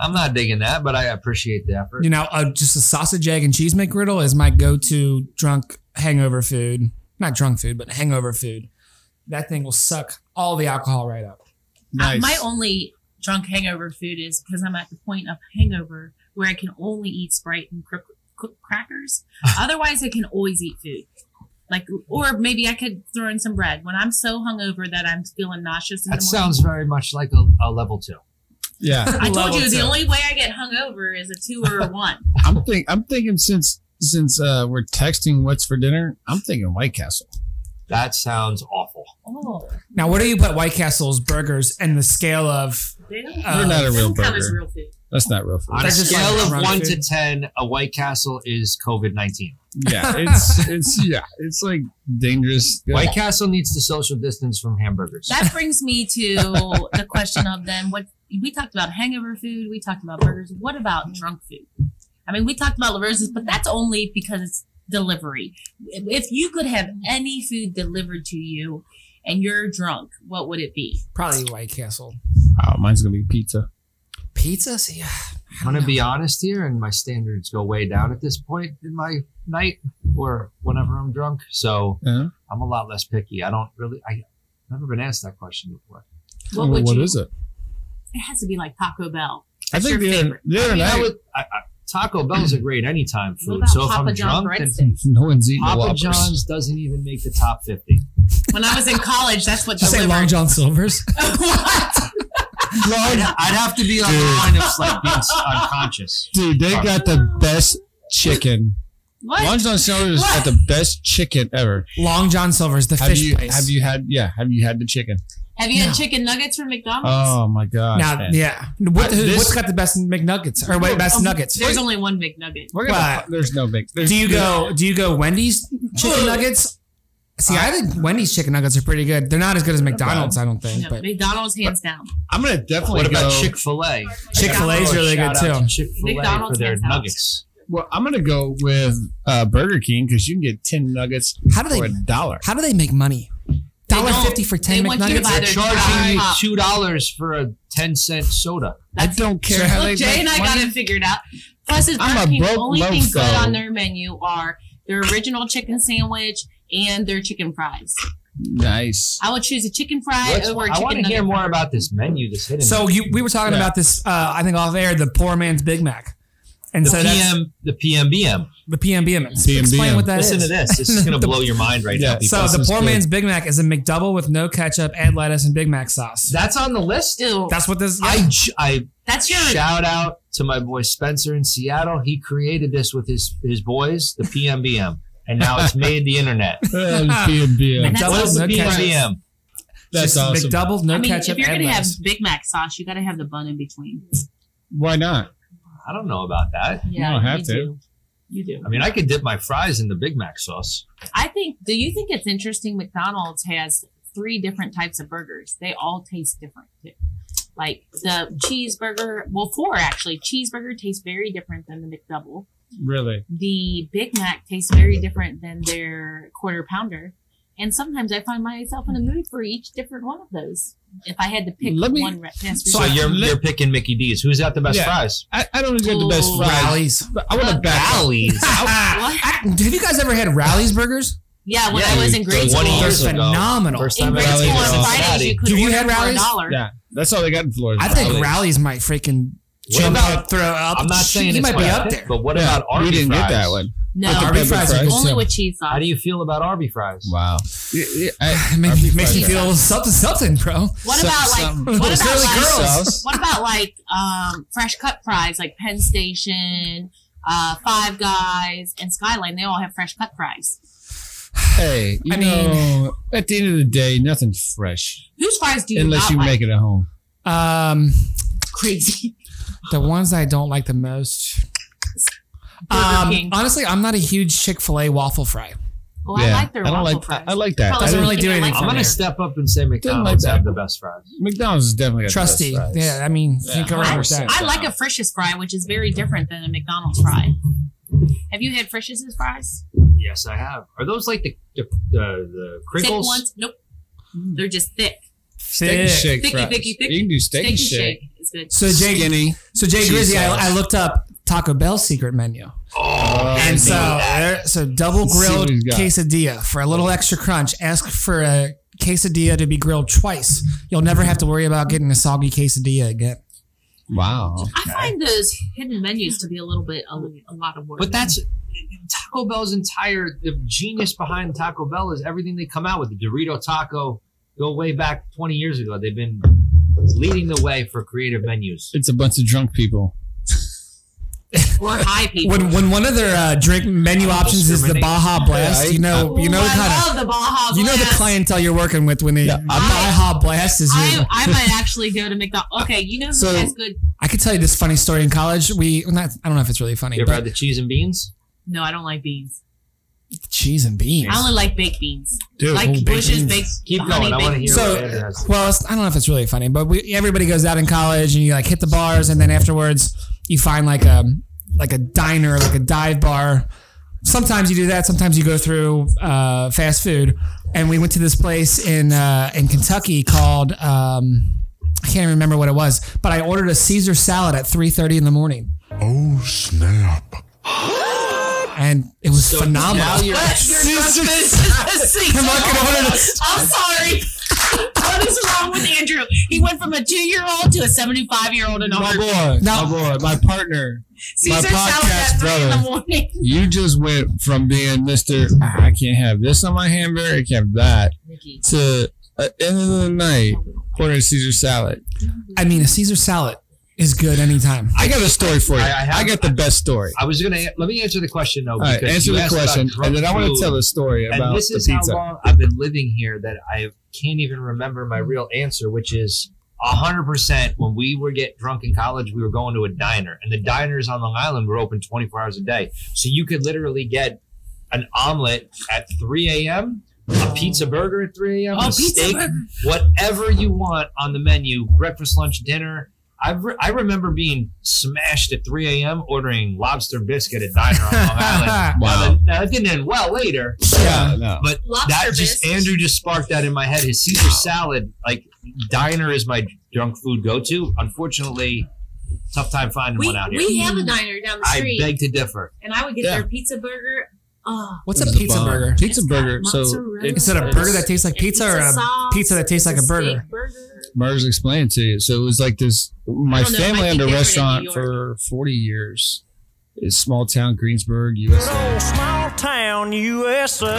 Speaker 4: I'm not digging that, but I appreciate the effort.
Speaker 1: You know, uh, just a sausage, egg, and cheese McGriddle is my go-to drunk hangover food. Not drunk food, but hangover food. That thing will suck all the alcohol right up.
Speaker 2: Nice.
Speaker 3: My only drunk hangover food is because I'm at the point of hangover where I can only eat Sprite and cr- cr-
Speaker 4: [LAUGHS]
Speaker 3: crackers. Otherwise, I can always eat food. Like, or maybe I could throw in some bread when I'm so hungover that I'm feeling nauseous. In
Speaker 4: that
Speaker 3: the morning.
Speaker 4: sounds very much like a, a level two.
Speaker 2: yeah,
Speaker 3: I told
Speaker 1: Level
Speaker 3: you
Speaker 1: two.
Speaker 3: the only way I get hungover is a two or a one.
Speaker 2: I'm think I'm thinking since since uh, we're texting, "What's for dinner?" I'm thinking White Castle.
Speaker 4: That sounds awful.
Speaker 3: [LAUGHS] oh,
Speaker 1: Now, what do you put White Castle's burgers and the scale of?
Speaker 3: they don't,
Speaker 1: You're
Speaker 2: not a
Speaker 3: they don't
Speaker 2: real
Speaker 3: count as
Speaker 2: burger.
Speaker 3: real food.
Speaker 2: That's not real food.
Speaker 4: On a
Speaker 1: That's just
Speaker 4: scale
Speaker 1: like
Speaker 4: of
Speaker 1: run
Speaker 4: one to
Speaker 1: food.
Speaker 4: ten, a White Castle is COVID nineteen.
Speaker 2: Yeah, it's it's yeah, it's like dangerous.
Speaker 4: White Castle needs to social distance from hamburgers.
Speaker 3: That brings me to the question of then what we talked about hangover food, we talked about burgers. What about drunk food? I mean, we talked about La Rosa's, but that's only because it's delivery. If you could have any food delivered to you and you're drunk, what would it be?
Speaker 1: Probably White Castle
Speaker 2: Oh, mine's gonna be pizza.
Speaker 1: pizza. See, I
Speaker 4: I'm
Speaker 1: don't
Speaker 4: gonna
Speaker 1: know.
Speaker 4: be honest here, and my standards go way down at this point in my night or whenever I'm drunk. So
Speaker 2: Yeah.
Speaker 4: I'm a lot less picky. I don't really. I I've never been asked that question before.
Speaker 3: What would
Speaker 2: what
Speaker 3: you?
Speaker 2: is it?
Speaker 3: It has to be like Taco Bell.
Speaker 2: I
Speaker 3: That's
Speaker 2: think
Speaker 3: your
Speaker 2: the other,
Speaker 3: favorite.
Speaker 2: the other
Speaker 4: I mean, I
Speaker 2: night,
Speaker 4: would- I- I- Taco Bell's a great anytime
Speaker 3: What
Speaker 4: food.
Speaker 3: about
Speaker 4: So if
Speaker 3: Papa
Speaker 4: I'm
Speaker 3: John's
Speaker 4: drunk, then
Speaker 3: breadsticks?
Speaker 2: [LAUGHS] no one's eating
Speaker 4: Papa
Speaker 2: Whoppers. [LAUGHS]
Speaker 4: John's doesn't even make the top fifty.
Speaker 3: When I was in college, that's what
Speaker 1: Did you say Long
Speaker 3: delivered.
Speaker 1: John Silver's.
Speaker 3: what?
Speaker 4: I'd, I'd have to be on
Speaker 2: Dude.
Speaker 4: the line of like being s- unconscious.
Speaker 2: Dude, they got the best chicken.
Speaker 3: What?
Speaker 2: Long John Silver's got
Speaker 3: What?
Speaker 2: the best chicken ever.
Speaker 1: [LAUGHS] Long John Silver's, the
Speaker 2: Have
Speaker 1: fish
Speaker 2: you
Speaker 1: place.
Speaker 2: have you had yeah? Have you had the chicken?
Speaker 3: Have you had
Speaker 1: No.
Speaker 3: chicken nuggets from McDonald's?
Speaker 2: Oh my god!
Speaker 1: now,
Speaker 2: man.
Speaker 1: yeah. What,
Speaker 2: I- this-
Speaker 1: what's got the best McNuggets or wait, best
Speaker 3: Um,
Speaker 1: nuggets?
Speaker 3: There's only one McNugget.
Speaker 2: We're gonna,
Speaker 1: but-
Speaker 2: there's no big. There's,
Speaker 1: Do you go? Do you go Wendy's chicken nuggets? See, I think Wendy's chicken nuggets are pretty good. They're not as good as McDonald's, I don't think.
Speaker 3: No,
Speaker 1: But
Speaker 3: McDonald's hands down.
Speaker 2: I'm gonna definitely
Speaker 4: What about
Speaker 2: go-
Speaker 4: Chick Fil A?
Speaker 1: Chick Fil A is really good too.
Speaker 4: Chick Fil A for
Speaker 3: McDonald's
Speaker 4: their
Speaker 3: hands out.
Speaker 4: nuggets.
Speaker 2: Well, I'm gonna go with uh, Burger King because you can get ten nuggets
Speaker 1: How do
Speaker 2: for a
Speaker 1: they?
Speaker 2: dollar.
Speaker 1: How do they make money?
Speaker 3: They
Speaker 1: Dollar
Speaker 3: don't-
Speaker 1: fifty for ten
Speaker 3: they want you to buy
Speaker 1: McNuggets.
Speaker 3: their
Speaker 4: Charging you
Speaker 3: Pop.
Speaker 4: two dollars for a ten cent soda.
Speaker 2: I don't care how they
Speaker 3: Look, Jay
Speaker 2: make
Speaker 3: and I got
Speaker 2: money.
Speaker 3: it figured out. Plus, it's
Speaker 2: I'm a
Speaker 3: Burger King. The
Speaker 2: broke
Speaker 3: only
Speaker 2: loaf,
Speaker 3: things good
Speaker 2: though.
Speaker 3: on their menu are their original chicken sandwich and their chicken fries.
Speaker 1: [LAUGHS]
Speaker 2: Nice.
Speaker 3: I would choose a chicken fry
Speaker 4: Let's-
Speaker 3: over a
Speaker 4: I
Speaker 3: chicken
Speaker 4: want to hear
Speaker 3: nugget
Speaker 4: more
Speaker 3: fry.
Speaker 4: about this menu. This hidden.
Speaker 1: So you, we were talking
Speaker 2: Yeah.
Speaker 1: about this. Uh, I think off air, the poor man's Big Mac, and
Speaker 4: the
Speaker 1: so that's
Speaker 4: PM, the PMBM.
Speaker 1: the PMBM.
Speaker 2: PMBM.
Speaker 1: Explain what that is.
Speaker 4: Listen to this.
Speaker 1: [LAUGHS]
Speaker 4: This is going to blow your mind right
Speaker 2: Yeah.
Speaker 4: now, people.
Speaker 1: So
Speaker 2: This
Speaker 1: the
Speaker 2: is
Speaker 1: poor
Speaker 2: good.
Speaker 1: man's Big Mac is a McDouble with no ketchup and lettuce and Big Mac sauce.
Speaker 4: That's on the list.
Speaker 3: Ew.
Speaker 1: That's what this.
Speaker 4: I, j- I
Speaker 3: That's your
Speaker 4: shout out to my boy Spencer in Seattle. He created this with his his boys, the PMBM, and now it's made the internet.
Speaker 1: [LAUGHS]
Speaker 2: PMBM.
Speaker 3: That's
Speaker 4: What is the
Speaker 1: no ketchup.
Speaker 4: PMBM?
Speaker 2: That's
Speaker 1: Just
Speaker 2: awesome.
Speaker 1: McDouble, no
Speaker 3: I mean,
Speaker 1: ketchup
Speaker 3: if you're
Speaker 1: and
Speaker 3: gonna have
Speaker 1: lettuce.
Speaker 3: Big Mac sauce, you gotta have the bun in between.
Speaker 2: Why not?
Speaker 4: I don't know about that.
Speaker 3: Yeah,
Speaker 2: don't have to.
Speaker 3: do. You do.
Speaker 4: I mean, I could dip my fries in the Big Mac sauce.
Speaker 3: I think. Do you think it's interesting? McDonald's has three different types of burgers. They all taste different. Too. Like the cheeseburger, well, four actually. Cheeseburger tastes very different than the McDouble.
Speaker 2: Really?
Speaker 3: The Big Mac tastes very different than their quarter pounder. And sometimes I find myself in a mood for each different one of those. If I had to pick
Speaker 2: Let me-
Speaker 3: one, re- fast food
Speaker 4: So
Speaker 3: restaurant.
Speaker 4: you're you're picking Mickey D's. Who's got the best
Speaker 2: Yeah.
Speaker 4: fries?
Speaker 2: I, I don't get the best
Speaker 3: Ooh.
Speaker 2: fries.
Speaker 1: [LAUGHS] Rallies.
Speaker 2: But I want
Speaker 3: Uh,
Speaker 2: to back up.
Speaker 1: [LAUGHS]
Speaker 4: Bally's.
Speaker 1: Ah,
Speaker 3: What?
Speaker 1: I- have you guys ever had Rallies burgers?
Speaker 3: yeah, when
Speaker 4: Yeah,
Speaker 3: I was
Speaker 4: you-
Speaker 3: in grade
Speaker 4: the one
Speaker 3: school,
Speaker 4: years
Speaker 1: They're
Speaker 4: ago.
Speaker 1: phenomenal.
Speaker 4: First
Speaker 3: in
Speaker 4: time
Speaker 3: grade
Speaker 4: I
Speaker 3: school
Speaker 4: was
Speaker 3: on
Speaker 4: in
Speaker 3: Fridays,
Speaker 4: Cincinnati.
Speaker 3: you could
Speaker 1: Have you
Speaker 3: order
Speaker 1: had
Speaker 3: for a
Speaker 1: rallies?
Speaker 3: dollar.
Speaker 2: Yeah, that's all they got in Florida.
Speaker 1: I think
Speaker 4: Rallies.
Speaker 1: Rallies might freaking
Speaker 4: What
Speaker 1: jump
Speaker 4: about-
Speaker 1: up, throw up.
Speaker 4: I'm not
Speaker 1: Shit,
Speaker 4: saying
Speaker 1: you
Speaker 4: it's
Speaker 1: might be
Speaker 4: bad,
Speaker 1: up there. [LAUGHS]
Speaker 4: But what
Speaker 2: Yeah,
Speaker 4: about Arby
Speaker 2: we didn't
Speaker 4: fries?
Speaker 2: get that one.
Speaker 3: No,
Speaker 1: Like the
Speaker 3: Arby's
Speaker 1: pepper
Speaker 3: fries
Speaker 1: fries.
Speaker 3: is only with cheese sauce.
Speaker 4: How do you feel about Arby fries?
Speaker 2: Wow. Yeah, yeah, I-
Speaker 1: Maybe [SIGHS]
Speaker 2: Arby's
Speaker 1: it makes you
Speaker 2: fries
Speaker 1: feel a little something, something, bro.
Speaker 3: What
Speaker 2: Some-
Speaker 3: about like
Speaker 2: some-
Speaker 3: what about
Speaker 2: Clearly
Speaker 3: like
Speaker 2: girls.
Speaker 3: what about like um, fresh cut fries like Penn Station, uh, Five Guys, and Skyline? They all have fresh cut fries.
Speaker 2: Hey, you
Speaker 1: I mean-
Speaker 2: know, at the end of the day, nothing's fresh
Speaker 3: Whose fries do you
Speaker 2: unless
Speaker 3: not
Speaker 2: you
Speaker 3: like?
Speaker 2: make it at home.
Speaker 1: Um,
Speaker 3: Crazy
Speaker 1: the ones I don't like the most.
Speaker 3: Burger
Speaker 1: Um,
Speaker 3: King.
Speaker 1: honestly, I'm not a huge Chick Fil A waffle fry.
Speaker 3: Well, Oh, I like their
Speaker 2: I don't
Speaker 3: waffle
Speaker 2: like.
Speaker 3: fries.
Speaker 2: I, I like that.
Speaker 3: Probably
Speaker 2: I
Speaker 1: Doesn't
Speaker 2: don't-
Speaker 1: really do
Speaker 3: I
Speaker 1: anything
Speaker 3: like
Speaker 1: for
Speaker 4: I'm
Speaker 1: me.
Speaker 4: gonna
Speaker 1: there.
Speaker 4: step up and say McDonald's
Speaker 2: that.
Speaker 4: have the best fries.
Speaker 2: McDonald's is definitely got the best
Speaker 1: Trusty.
Speaker 2: fries.
Speaker 1: Yeah, I mean, you can
Speaker 3: I,
Speaker 1: remember that.
Speaker 3: I like a Frisch's fry, which is very different than a McDonald's fry. Have you had Frisch's fries?
Speaker 4: Yes, I have. Are those like the the, the, the
Speaker 3: Thick
Speaker 4: crinkles?
Speaker 3: ones? Nope. They're just thick.
Speaker 2: Steak and
Speaker 1: Sick.
Speaker 2: shake
Speaker 3: Thicky,
Speaker 2: fries.
Speaker 3: thicky, thicky.
Speaker 2: You can do Mm. steak,
Speaker 3: Steak
Speaker 2: and
Speaker 3: and
Speaker 2: shake.
Speaker 3: shake is good.
Speaker 1: So Jay,
Speaker 2: Skinny.
Speaker 1: so Jay
Speaker 2: Cheese
Speaker 1: Grizzy,
Speaker 2: sauce.
Speaker 1: I, I looked up Taco Bell's secret menu,
Speaker 4: Oh,
Speaker 1: and so there- so double
Speaker 2: Let's see
Speaker 1: grilled
Speaker 2: what he's got.
Speaker 1: quesadilla for a little extra crunch. Ask for a quesadilla to be grilled twice. You'll never have to worry about getting a soggy quesadilla again.
Speaker 2: Wow.
Speaker 3: I find those hidden menus to be a little bit a, a lot of work.
Speaker 4: but that's Taco Bell's entire the genius behind Taco Bell is everything they come out with. The Dorito taco go way back 20 years ago. They've been leading the way for creative menus.
Speaker 2: It's a bunch of drunk people. [LAUGHS]
Speaker 3: or high people.
Speaker 1: When when one of their uh, drink menu options is the
Speaker 4: discriminate.
Speaker 1: Baja Blast, you know you know
Speaker 3: Ooh,
Speaker 1: the
Speaker 3: Oh, I
Speaker 1: kind
Speaker 3: love the Baja
Speaker 1: of you know the
Speaker 3: Blast.
Speaker 1: clientele you're working with when they
Speaker 2: Yeah, I'm not-
Speaker 1: Baja Blast is your
Speaker 3: I, I might actually go to McDonald's. Okay, you know who
Speaker 2: So-
Speaker 3: has good?
Speaker 1: I could tell you this funny story in college. We not I don't know if it's really funny,
Speaker 4: You ever had
Speaker 1: but
Speaker 4: the cheese and beans?
Speaker 3: No, I don't like beans.
Speaker 1: cheese and beans.
Speaker 3: I only like baked beans.
Speaker 2: Dude,
Speaker 3: like
Speaker 1: baked
Speaker 3: Bush's
Speaker 1: beans.
Speaker 3: baked.
Speaker 4: Keep
Speaker 3: honey
Speaker 4: going. I want to
Speaker 3: baked-
Speaker 4: hear
Speaker 1: So-
Speaker 4: what Andrew has to
Speaker 1: Well, it's, I don't know if it's really funny, but we, everybody goes out in college and you like hit the bars, and then afterwards you find like a like a diner, like a dive bar. Sometimes you do that. Sometimes you go through uh, fast food. And we went to this place in uh, in Kentucky called um, I can't remember what it was, but I ordered a Caesar salad at three thirty in the morning,
Speaker 7: Oh, snap.
Speaker 1: and it was
Speaker 4: Now
Speaker 1: phenomenal. [LAUGHS]
Speaker 4: you're
Speaker 3: But you're not gonna- Caesar
Speaker 1: I'm not gonna order
Speaker 3: salad. I'm sorry. What is wrong with Andrew? He went from a two-year-old to a seventy-five-year-old in a
Speaker 2: my
Speaker 3: heartbeat.
Speaker 2: boy,
Speaker 1: Now-
Speaker 2: my boy, my partner.
Speaker 3: Caesar salad
Speaker 2: podcast
Speaker 3: at three in the
Speaker 2: brother.
Speaker 3: morning.
Speaker 2: You just went from being Mister. "Ah, I can't have this on my hamburger. I can't have that.
Speaker 3: Nikki.
Speaker 2: To at the end of the night, ordering Caesar salad.
Speaker 1: I mean, a Caesar salad is good anytime.
Speaker 2: I got a story for you.
Speaker 4: I- I
Speaker 2: I,
Speaker 4: have-
Speaker 2: got the best story.
Speaker 4: I was gonna let me answer the question though.
Speaker 2: All right,
Speaker 4: because
Speaker 2: answer
Speaker 4: you
Speaker 2: the
Speaker 4: asked about
Speaker 2: question,
Speaker 4: drunk
Speaker 2: and then I want
Speaker 4: food.
Speaker 2: to tell a story about
Speaker 4: and this
Speaker 2: the
Speaker 4: is
Speaker 2: pizza.
Speaker 4: how long I've been living here that I can't even remember my real answer, which is hundred percent. When we were get drunk in college, we were going to a diner, and the diners on Long Island were open twenty four hours a day, so you could literally get an omelet at three a.m. A pizza burger at 3 a.m.
Speaker 3: Oh,
Speaker 4: a
Speaker 3: pizza
Speaker 4: steak, whatever you want on the menu, breakfast, lunch, dinner. I, re- I remember being smashed at 3 a.m. ordering lobster biscuit at diner
Speaker 2: Oh,
Speaker 4: on
Speaker 2: [LAUGHS]
Speaker 1: [LAUGHS]
Speaker 4: Long
Speaker 2: Wow.
Speaker 4: Island. Now, that- now, that didn't end well later,
Speaker 2: yeah, no.
Speaker 4: but
Speaker 3: Lobster
Speaker 4: that just
Speaker 3: bisque.
Speaker 4: Andrew just sparked that in my head. His Caesar salad, like diner, is my junk food go to. Unfortunately, tough time finding
Speaker 10: We,
Speaker 4: one out here.
Speaker 10: we have a diner down the
Speaker 4: I
Speaker 10: street,
Speaker 4: beg to differ.
Speaker 10: and I would get
Speaker 2: Yeah.
Speaker 10: their pizza burger. Oh,
Speaker 1: What's
Speaker 2: It
Speaker 1: a
Speaker 2: was
Speaker 1: pizza
Speaker 2: bomb.
Speaker 1: burger?
Speaker 2: Pizza
Speaker 10: It's
Speaker 2: burger.
Speaker 10: got
Speaker 2: So
Speaker 10: mozzarella.
Speaker 2: it's-
Speaker 1: Is it a burger that tastes like
Speaker 10: and
Speaker 1: pizza, or a
Speaker 10: sauce,
Speaker 1: pizza that tastes like a
Speaker 10: steak
Speaker 1: burger?
Speaker 10: burger.
Speaker 2: Mars explained to you. So it was like this. My
Speaker 3: I don't know, it
Speaker 2: family
Speaker 3: might be
Speaker 2: owned a
Speaker 3: different in
Speaker 2: restaurant
Speaker 3: New York.
Speaker 2: for forty years, It's small town Greensburg, USA,
Speaker 11: Small town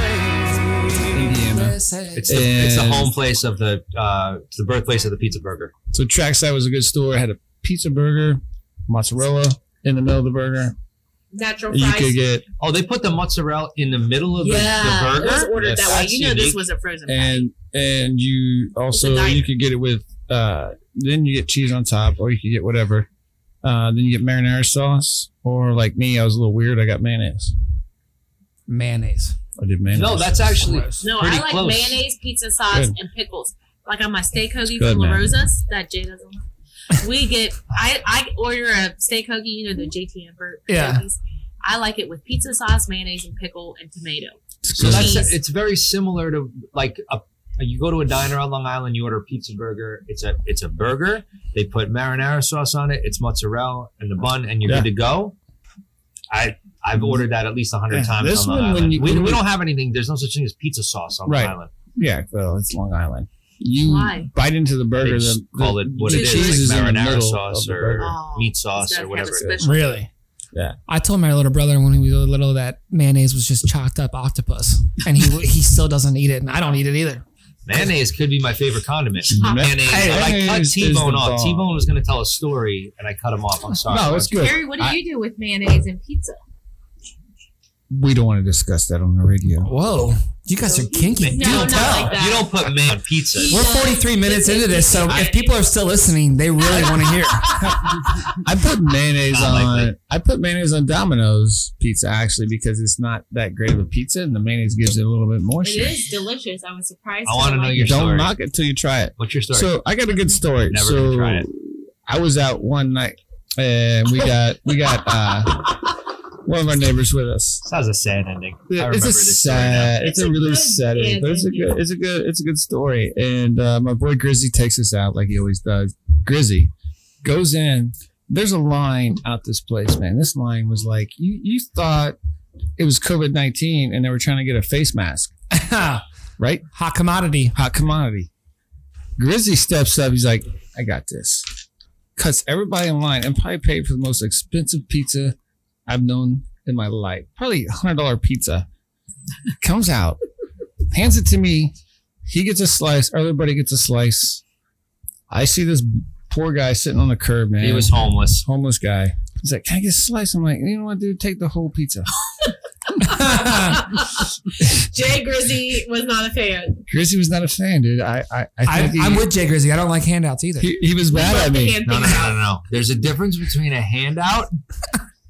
Speaker 11: USA.
Speaker 2: Indiana.
Speaker 4: It's the, it's the
Speaker 2: And-
Speaker 4: home place of the uh, it's the birthplace of the pizza burger.
Speaker 2: So Trackside was a good store. It had a pizza burger, mozzarella in the middle of the burger.
Speaker 3: Natural
Speaker 2: You
Speaker 3: fries.
Speaker 2: could get
Speaker 4: Oh, they put the mozzarella in the middle of the-
Speaker 3: yeah,
Speaker 4: the,
Speaker 3: it
Speaker 4: burger.
Speaker 3: was ordered that way.
Speaker 4: That's
Speaker 3: You know, this
Speaker 4: unique.
Speaker 3: was a frozen.
Speaker 2: and and you also
Speaker 3: diner.
Speaker 2: you could get it with uh then you get cheese on top or you could get whatever. Uh, then you get marinara sauce or like me, I was a little weird. I got mayonnaise.
Speaker 1: Mayonnaise.
Speaker 2: I did mayonnaise.
Speaker 4: No, Oh, that's actually
Speaker 3: No, I
Speaker 4: pretty
Speaker 3: like
Speaker 4: close.
Speaker 3: mayonnaise, pizza sauce,
Speaker 2: Good.
Speaker 3: and pickles. Like on my steak hoagie
Speaker 2: good,
Speaker 3: from La
Speaker 2: man.
Speaker 3: Rosa's that Jay doesn't like. We get I I order a steak hoagie, you know the JTM for
Speaker 1: Yeah.
Speaker 3: hoagies. I like it with pizza sauce, mayonnaise, and pickle and tomato.
Speaker 4: So that's
Speaker 3: Jeez.
Speaker 4: it's very similar to like a you go to a diner on Long Island, you order a pizza burger. It's a it's a burger. They put marinara sauce on it. It's mozzarella and the bun, and you're
Speaker 2: Yeah. Mm-hmm.
Speaker 4: good to go. I I've ordered that at least hundred
Speaker 2: Yeah,
Speaker 4: times.
Speaker 2: this
Speaker 4: on Long
Speaker 2: one, when
Speaker 4: Island.
Speaker 2: you-
Speaker 4: we,
Speaker 2: when
Speaker 4: we
Speaker 2: we-
Speaker 4: don't have anything. There's no such thing as pizza sauce on
Speaker 2: Right.
Speaker 4: Long Island.
Speaker 2: Yeah, well, it's Long Island. You
Speaker 3: Why?
Speaker 2: bite into the burger,
Speaker 4: They just
Speaker 2: the,
Speaker 4: call
Speaker 2: the
Speaker 4: it what it is,
Speaker 2: cheese
Speaker 4: like
Speaker 2: in the
Speaker 4: marinara
Speaker 2: middle
Speaker 4: sauce
Speaker 2: of the
Speaker 4: or-
Speaker 2: burger.
Speaker 3: Oh,
Speaker 4: Meat sauce or whatever. it is.
Speaker 1: Really?
Speaker 2: Yeah.
Speaker 1: I told my little brother when we were little that mayonnaise was just chopped up octopus, and
Speaker 4: [LAUGHS]
Speaker 1: he he still doesn't eat it, and I don't eat it either.
Speaker 4: Mayonnaise could be my favorite
Speaker 2: [LAUGHS]
Speaker 4: condiment.
Speaker 2: Ma-
Speaker 4: Mayonnaise. I cut
Speaker 2: Mayonnaise is
Speaker 4: T Bone
Speaker 2: the
Speaker 4: off.
Speaker 2: bomb.
Speaker 4: T Bone was going to tell a story, and I cut him off. I'm sorry.
Speaker 2: No, it's good.
Speaker 3: Harry, what do
Speaker 2: I-
Speaker 3: you do with mayonnaise and pizza?
Speaker 2: we don't want to discuss that on the radio.
Speaker 1: Whoa, you guys are kinky.
Speaker 3: No, not like that.
Speaker 4: You don't put mayo on pizza.
Speaker 1: We're 43 minutes into this, so if people are still listening, they really want to hear.
Speaker 2: I
Speaker 3: [LAUGHS]
Speaker 2: put mayonnaise
Speaker 4: Not
Speaker 2: on.
Speaker 4: likely.
Speaker 2: I put mayonnaise on Domino's pizza actually because it's not that great of a pizza, and the mayonnaise gives it a little bit more.
Speaker 3: It
Speaker 2: shit.
Speaker 3: is delicious. I was surprised.
Speaker 4: I wanna
Speaker 3: to
Speaker 4: know your-
Speaker 2: Don't
Speaker 4: story.
Speaker 2: knock it till you try it.
Speaker 4: What's your story?
Speaker 2: So I got a good story.
Speaker 4: Never
Speaker 2: so
Speaker 4: gonna try it.
Speaker 2: I was out one night, and we got we got
Speaker 3: [LAUGHS]
Speaker 2: uh, one of our neighbors with us.
Speaker 4: That was a sad ending. I
Speaker 2: Yeah,
Speaker 4: remember
Speaker 2: it's a
Speaker 4: this story now.
Speaker 2: sad. It's,
Speaker 3: It's
Speaker 2: a,
Speaker 3: a
Speaker 2: really
Speaker 3: good-
Speaker 2: sad,
Speaker 3: yeah,
Speaker 2: ending, but it's a
Speaker 3: thank you.
Speaker 2: good. It's a good. It's a good story. And uh, my boy Grizzy takes us out like he always does. Grizzy goes in. There's a line out this place, man. This line was like you. You thought it was COVID nineteen, and they were trying to get a face mask,
Speaker 1: [LAUGHS] Hot
Speaker 2: right?
Speaker 1: commodity.
Speaker 2: hot commodity. Grizzly steps up. He's like, I got this. Cuts everybody in line and probably paid for the most expensive pizza I've known in my life. Probably $100 pizza. Comes out, hands it to me. He gets a slice. Everybody gets a slice. I see this poor guy sitting on the curb, man.
Speaker 4: He was homeless.
Speaker 2: homeless guy. He's like, Can I get a slice? I'm like, You know what, dude? Take the whole pizza.
Speaker 3: Jay Grizzy was not a fan.
Speaker 2: Grizzly was not a fan, dude. I, I, I
Speaker 1: I,
Speaker 2: think he,
Speaker 1: I'm with Jay Grizzy. I don't like handouts either.
Speaker 2: he, he was mad at me.
Speaker 3: Hand
Speaker 4: No, no,
Speaker 3: things
Speaker 4: no,
Speaker 3: out.
Speaker 4: no, no. There's a difference between
Speaker 1: [LAUGHS]
Speaker 4: a handout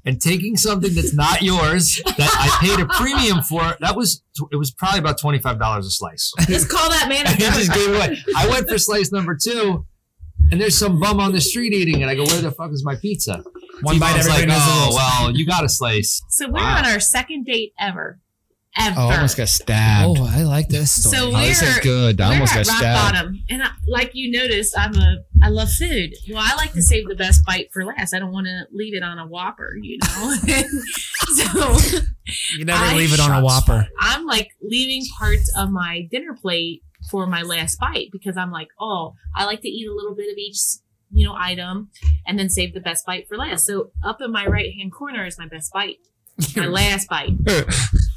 Speaker 4: and taking something that's not yours that I paid a premium for. That was it was probably about twenty five dollars a slice. [LAUGHS]
Speaker 3: Just call
Speaker 2: [LAUGHS]
Speaker 3: that man.
Speaker 4: I just gave it away. I went for slice number two, and there's some bum on the street eating it. I go, where the fuck is my pizza?
Speaker 1: One bite,
Speaker 4: T-Bone's
Speaker 1: everybody
Speaker 4: like,
Speaker 1: knows the
Speaker 4: oh
Speaker 1: rules.
Speaker 4: well, you got a slice.
Speaker 3: So we're
Speaker 4: Wow.
Speaker 3: on our second date ever, ever.
Speaker 2: Oh, I almost got stabbed.
Speaker 1: Oh, I like this story.
Speaker 3: So
Speaker 2: Oh, this is
Speaker 3: we're-
Speaker 2: good. I
Speaker 3: We're
Speaker 2: almost got
Speaker 3: at rock
Speaker 2: stabbed.
Speaker 3: bottom, and I, like you noticed, I'm a I love food. Well, I like to save the best bite for last. I don't want to leave it on a Whopper, you know. [LAUGHS] so
Speaker 1: you never
Speaker 3: I-
Speaker 1: leave it on a Whopper.
Speaker 3: I'm like leaving parts of my dinner plate for my last bite because I'm like, oh, I like to eat a little bit of each, you know, item, and then save the best bite for last. So up in my right hand corner is my best
Speaker 2: [LAUGHS]
Speaker 3: bite, my last bite. [LAUGHS]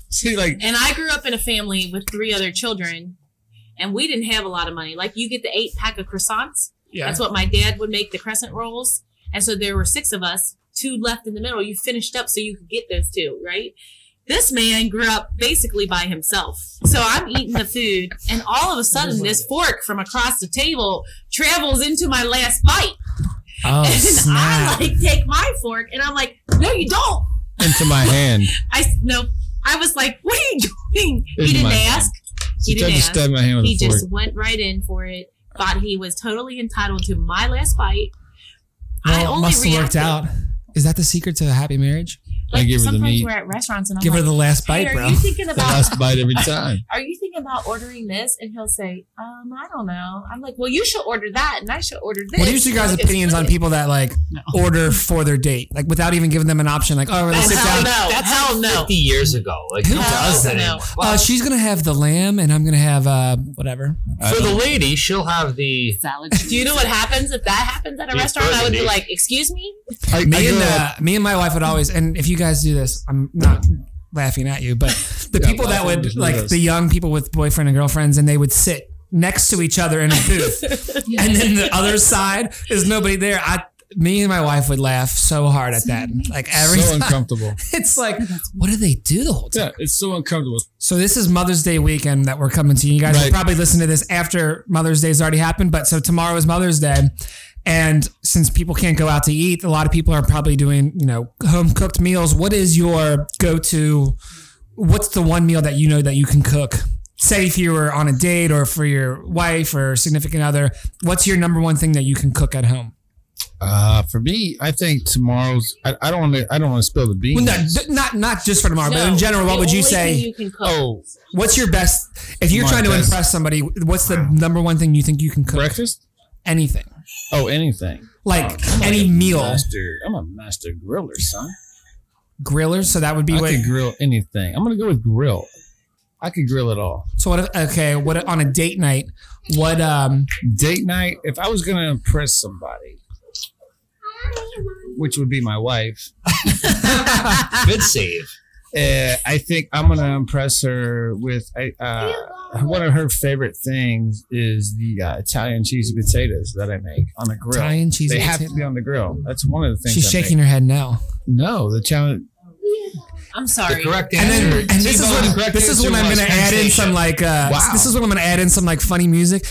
Speaker 2: See, like,
Speaker 3: And I grew up in a family with three other children, and we didn't have a lot of money. Like you get the eight pack of croissants.
Speaker 1: Yeah.
Speaker 3: That's what my dad would make the crescent rolls. And so there were six of us, two left in the middle. You finished up so you could get those two, right? This man grew up basically by himself. So I'm eating the food, and all of a sudden, this fork from across the table travels into my last bite. [LAUGHS]
Speaker 1: Oh,
Speaker 3: and I
Speaker 1: snap.
Speaker 3: like take my fork, and I'm like, no, you don't.
Speaker 2: into my hand.
Speaker 3: I s- no. I was like, "What are you doing?"
Speaker 2: Into
Speaker 3: He didn't
Speaker 2: my
Speaker 3: ask. He
Speaker 2: She tried
Speaker 3: didn't
Speaker 2: to
Speaker 3: ask.
Speaker 2: stab my hand with
Speaker 3: He
Speaker 2: a fork.
Speaker 3: just went right in for it. Thought he was totally entitled to my last bite. I
Speaker 1: Well, it
Speaker 3: only
Speaker 1: must have worked
Speaker 3: reacted- Oh
Speaker 1: out. Is that the secret to a happy marriage?
Speaker 2: I
Speaker 3: Like
Speaker 2: give her the
Speaker 3: sometimes
Speaker 2: meat.
Speaker 3: we're at restaurants and I'm
Speaker 1: Give her
Speaker 3: like,
Speaker 1: the last bite,
Speaker 3: "Hey,
Speaker 1: bro.
Speaker 3: Are
Speaker 1: [LAUGHS]
Speaker 3: you thinking
Speaker 2: the
Speaker 3: about?
Speaker 2: last bite every
Speaker 3: [LAUGHS]
Speaker 2: time.
Speaker 3: Are you thinking about ordering this? And he'll say, "Um, I don't know." I'm like, "Well, you should order that, and I should order this."
Speaker 1: What are usually your guys'
Speaker 3: Like,
Speaker 1: opinions on
Speaker 3: it's-
Speaker 1: people that like order for their date, like without even giving them an option? Like, oh, let's
Speaker 3: That's
Speaker 1: sit
Speaker 3: how-
Speaker 1: down.
Speaker 3: no, hell no.
Speaker 4: Fifty years ago, like who
Speaker 1: Hell
Speaker 4: does that?
Speaker 3: no.
Speaker 4: anymore?
Speaker 1: Uh, she's gonna have the lamb, and I'm gonna have uh, whatever.
Speaker 4: For the lady, she'll have the
Speaker 11: Salad.
Speaker 3: Do you know what happens if that happens at a
Speaker 4: Yeah,
Speaker 3: restaurant? I would be
Speaker 4: burgundy.
Speaker 3: like, "Excuse me."
Speaker 2: I, I
Speaker 1: Me and
Speaker 2: grew
Speaker 1: uh, me and my wife would always, and if you you guys do this, I'm not laughing at you, but the
Speaker 2: Yeah,
Speaker 1: people that
Speaker 2: laughing
Speaker 1: would
Speaker 2: is
Speaker 1: like
Speaker 2: gross.
Speaker 1: the young people with boyfriend and girlfriends, and they would sit next to each other in a booth, and then the other side is nobody there. I, me and my wife would laugh so hard at that, like every [LAUGHS]
Speaker 2: so
Speaker 1: time.
Speaker 2: uncomfortable.
Speaker 1: It's like, what do they do the whole
Speaker 2: time? Yeah, it's so uncomfortable.
Speaker 1: So this is Mother's Day weekend that we're coming to. You guys will
Speaker 2: Right.
Speaker 1: probably listen to this after Mother's Day's already happened, but so tomorrow is Mother's Day. And since people can't go out to eat, a lot of people are probably doing, you know, home cooked meals. What is your go to? What's the one meal that you know that you can cook? Say if you were on a date or for your wife or significant other, what's your number one thing that you can cook at home?
Speaker 2: Uh, for me, I think tomorrow's. I, I don't want to. I don't want to spill the beans.
Speaker 1: Well, no, d- not not just for tomorrow, but in general, what would you say?
Speaker 2: Oh,
Speaker 1: what's your best? If you're
Speaker 2: My
Speaker 1: trying to
Speaker 2: best-
Speaker 1: impress somebody, what's the number one thing you think you can cook?
Speaker 2: Breakfast?
Speaker 1: Anything.
Speaker 2: oh, anything.
Speaker 1: Like
Speaker 2: Oh, I'm
Speaker 1: any
Speaker 2: a
Speaker 1: meal.
Speaker 2: Master, I'm a master griller, son.
Speaker 1: Griller. So that would be
Speaker 2: I
Speaker 1: what.
Speaker 2: could grill anything. I'm gonna go with grill. I could grill it all.
Speaker 1: So what? If, okay. What on a date night? What? Um.
Speaker 2: Date night. If I was gonna impress somebody, which would be my wife,
Speaker 4: Good save.
Speaker 2: uh, I think I'm gonna impress her with I, uh, one of her favorite things is the uh, Italian cheesy potatoes that I make on the grill.
Speaker 1: Italian cheesy
Speaker 2: They have to
Speaker 1: potato-
Speaker 2: be on the grill. That's one of the things.
Speaker 1: She's
Speaker 2: I
Speaker 1: shaking
Speaker 2: make.
Speaker 1: her head no.
Speaker 2: No, the challenge.
Speaker 10: I'm sorry.
Speaker 1: And then, and this is when this is when I'm gonna add in some like uh,
Speaker 2: Wow.
Speaker 1: this is when I'm gonna add in some like funny music.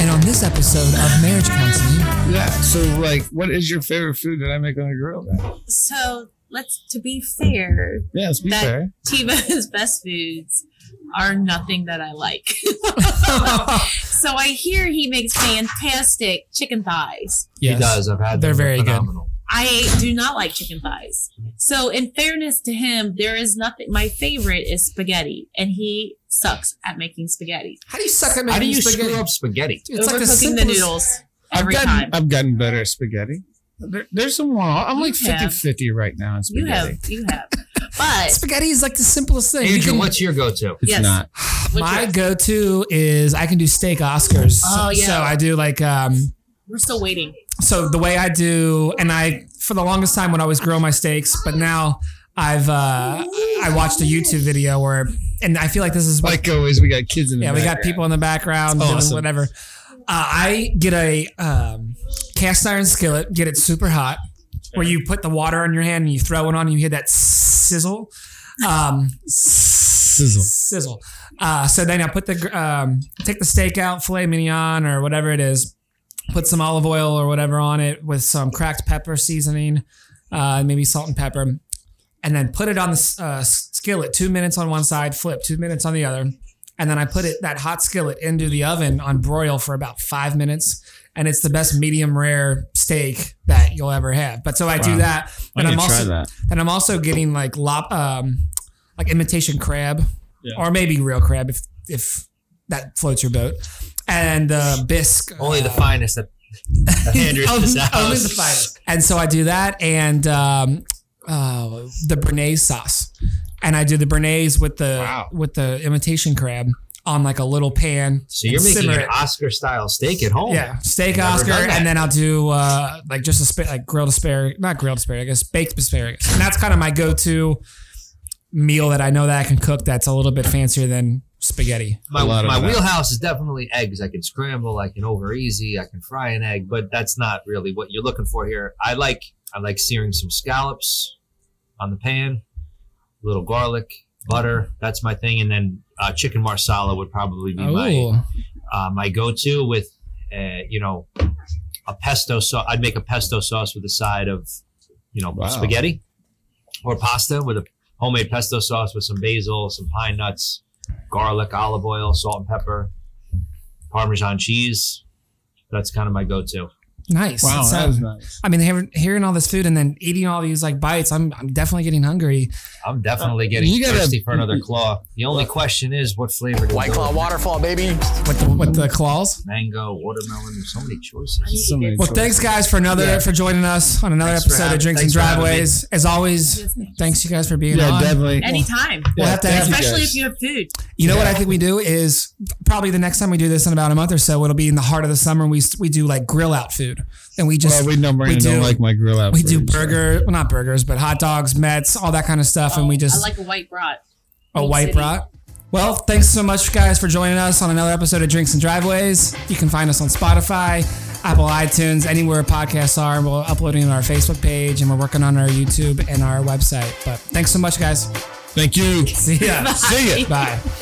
Speaker 1: And on this episode of Marriage Counseling,
Speaker 2: [LAUGHS] Yeah. So, like, what is your favorite food that I make on the grill?
Speaker 10: So let's to be fair,
Speaker 2: Yeah, let's be
Speaker 10: that
Speaker 2: fair.
Speaker 10: Tiva's [LAUGHS] best foods are nothing that I like. [LAUGHS] so I hear he makes fantastic chicken thighs.
Speaker 1: Yes.
Speaker 4: He does. I've had.
Speaker 1: They're
Speaker 4: them.
Speaker 1: very good.
Speaker 4: phenomenal.
Speaker 10: I do not like chicken thighs. So in fairness to him, there is nothing my favorite is spaghetti and he sucks at making spaghetti.
Speaker 1: how do you suck at making
Speaker 4: How do you
Speaker 1: spaghetti?
Speaker 4: screw up spaghetti?
Speaker 1: Dude, it's like the
Speaker 10: Overcooking the,
Speaker 1: simplest-
Speaker 10: noodles every
Speaker 2: I've gotten,
Speaker 10: time.
Speaker 2: I've gotten better at spaghetti. There, there's some more. I'm like
Speaker 10: You have.
Speaker 2: 50 50 right now in
Speaker 10: you
Speaker 2: spaghetti.
Speaker 10: have you have. But
Speaker 1: Spaghetti is like the simplest thing. You
Speaker 4: Adrian,
Speaker 1: can-
Speaker 4: what's your go-to?
Speaker 2: It's
Speaker 10: Yes.
Speaker 2: not.
Speaker 10: what's
Speaker 1: my
Speaker 10: yours?
Speaker 1: go-to is I can do steak Oscars. So-
Speaker 10: Oh, yeah.
Speaker 1: So I do like um,
Speaker 10: we're still waiting.
Speaker 1: so the way I do, and I for the longest time would always grill my steaks, but now I've uh, I watched a YouTube video where, and I feel like this is what
Speaker 2: Like always, we got kids in the
Speaker 1: yeah, we got
Speaker 2: background.
Speaker 1: people in the background doing
Speaker 2: Awesome.
Speaker 1: whatever. Uh, I get a um, cast iron skillet, get it super hot, where you put the water on your hand and you throw it on, and you hear that sizzle, um, sizzle, sizzle. Uh, so then I put the gr- um, take the steak out, filet mignon or whatever it is, put some olive oil or whatever on it with some cracked pepper seasoning, uh, maybe salt and pepper, and then put it on the s- uh, s- skillet. Two minutes on one side, flip. Two minutes on the other and then I put it that hot skillet into the oven on broil for about five minutes, and it's the best medium rare steak that you'll ever have. But so I do
Speaker 2: Wow.
Speaker 1: that,
Speaker 2: I
Speaker 1: and
Speaker 2: need
Speaker 1: I'm
Speaker 2: to try
Speaker 1: also
Speaker 2: that.
Speaker 1: and I'm also getting like lop, um, like imitation crab,
Speaker 2: Yeah.
Speaker 1: or maybe real crab if if that floats your boat, and uh, bisque.
Speaker 4: Only the
Speaker 1: uh,
Speaker 4: finest that Andrew [LAUGHS]
Speaker 1: only,
Speaker 4: is out.
Speaker 1: only the finest. And so I do that and um, uh, the béarnaise sauce, and I do the béarnaise with the
Speaker 2: Wow.
Speaker 1: with the imitation crab on like a little pan.
Speaker 4: So you're
Speaker 1: and
Speaker 4: making
Speaker 1: simmer
Speaker 4: an
Speaker 1: it.
Speaker 4: Oscar-style steak at home.
Speaker 1: Yeah, steak
Speaker 4: Never
Speaker 1: Oscar,
Speaker 4: done that.
Speaker 1: and then I'll do uh, like just a spa- like grilled asparagus, not grilled asparagus, baked asparagus, and that's kind of my go-to meal that I know that I can cook. That's a little bit fancier than spaghetti.
Speaker 4: my,
Speaker 2: A lot of
Speaker 4: my
Speaker 2: that.
Speaker 4: wheelhouse is definitely eggs. I can scramble, I can over easy, I can fry an egg, but that's not really what you're looking for here. I like I like searing some scallops on the pan, a little garlic, butter. That's my thing, and then uh, chicken marsala would probably be my
Speaker 1: Oh,
Speaker 4: uh, my go to with uh, you know a pesto sauce. I'd make a pesto sauce with a side of you know
Speaker 2: Wow.
Speaker 4: spaghetti or pasta with a homemade pesto sauce with some basil, some pine nuts, garlic, olive oil, salt and pepper, Parmesan cheese. That's kind of my go to.
Speaker 1: nice. uh,
Speaker 2: Wow,
Speaker 1: So-
Speaker 2: that was nice.
Speaker 1: I mean, having- hearing all this food and then eating all these like bites, I'm I'm definitely getting hungry.
Speaker 4: I'm definitely getting
Speaker 2: Uh, you gotta-
Speaker 4: thirsty for
Speaker 2: [LAUGHS]
Speaker 4: another claw. The only question is what flavor do
Speaker 8: White
Speaker 4: we go
Speaker 8: Claw
Speaker 4: with?
Speaker 8: waterfall, baby.
Speaker 1: With the, with the claws.
Speaker 4: Mango, watermelon, there's so many choices.
Speaker 2: So many
Speaker 1: Well,
Speaker 2: choices.
Speaker 1: thanks guys for another
Speaker 2: Yeah.
Speaker 1: for joining us on another
Speaker 4: Thanks for
Speaker 1: episode
Speaker 4: having-
Speaker 1: of Drinks and
Speaker 4: thanks for having
Speaker 1: Driveways. As always,
Speaker 10: Yes, ma'am.
Speaker 1: thanks you guys for being
Speaker 2: Yeah,
Speaker 1: on.
Speaker 2: definitely.
Speaker 10: Anytime.
Speaker 1: We'll
Speaker 2: Yeah,
Speaker 1: have to
Speaker 2: thank
Speaker 1: have
Speaker 2: you
Speaker 10: Especially
Speaker 2: guys.
Speaker 10: if you have food.
Speaker 1: You know what I think we do is probably the next time we do this in about a month or so, it'll be in the heart of the summer. We we do like grill out food. food, and we just
Speaker 2: well, we know Brandon don't like my grill out.
Speaker 1: we do burger, well, not burgers, but hot dogs, Mets, all that kind of stuff, and we just
Speaker 10: Oh, I like a white brat.
Speaker 1: a white rock. Well, thanks so much, guys, for joining us on another episode of Drinks and Driveways. You can find us on Spotify, Apple iTunes, anywhere podcasts are. We're uploading on our Facebook page, and we're working on our YouTube and our website. But thanks so much, guys.
Speaker 2: Thank you.
Speaker 1: See ya.
Speaker 2: See ya.
Speaker 1: Bye.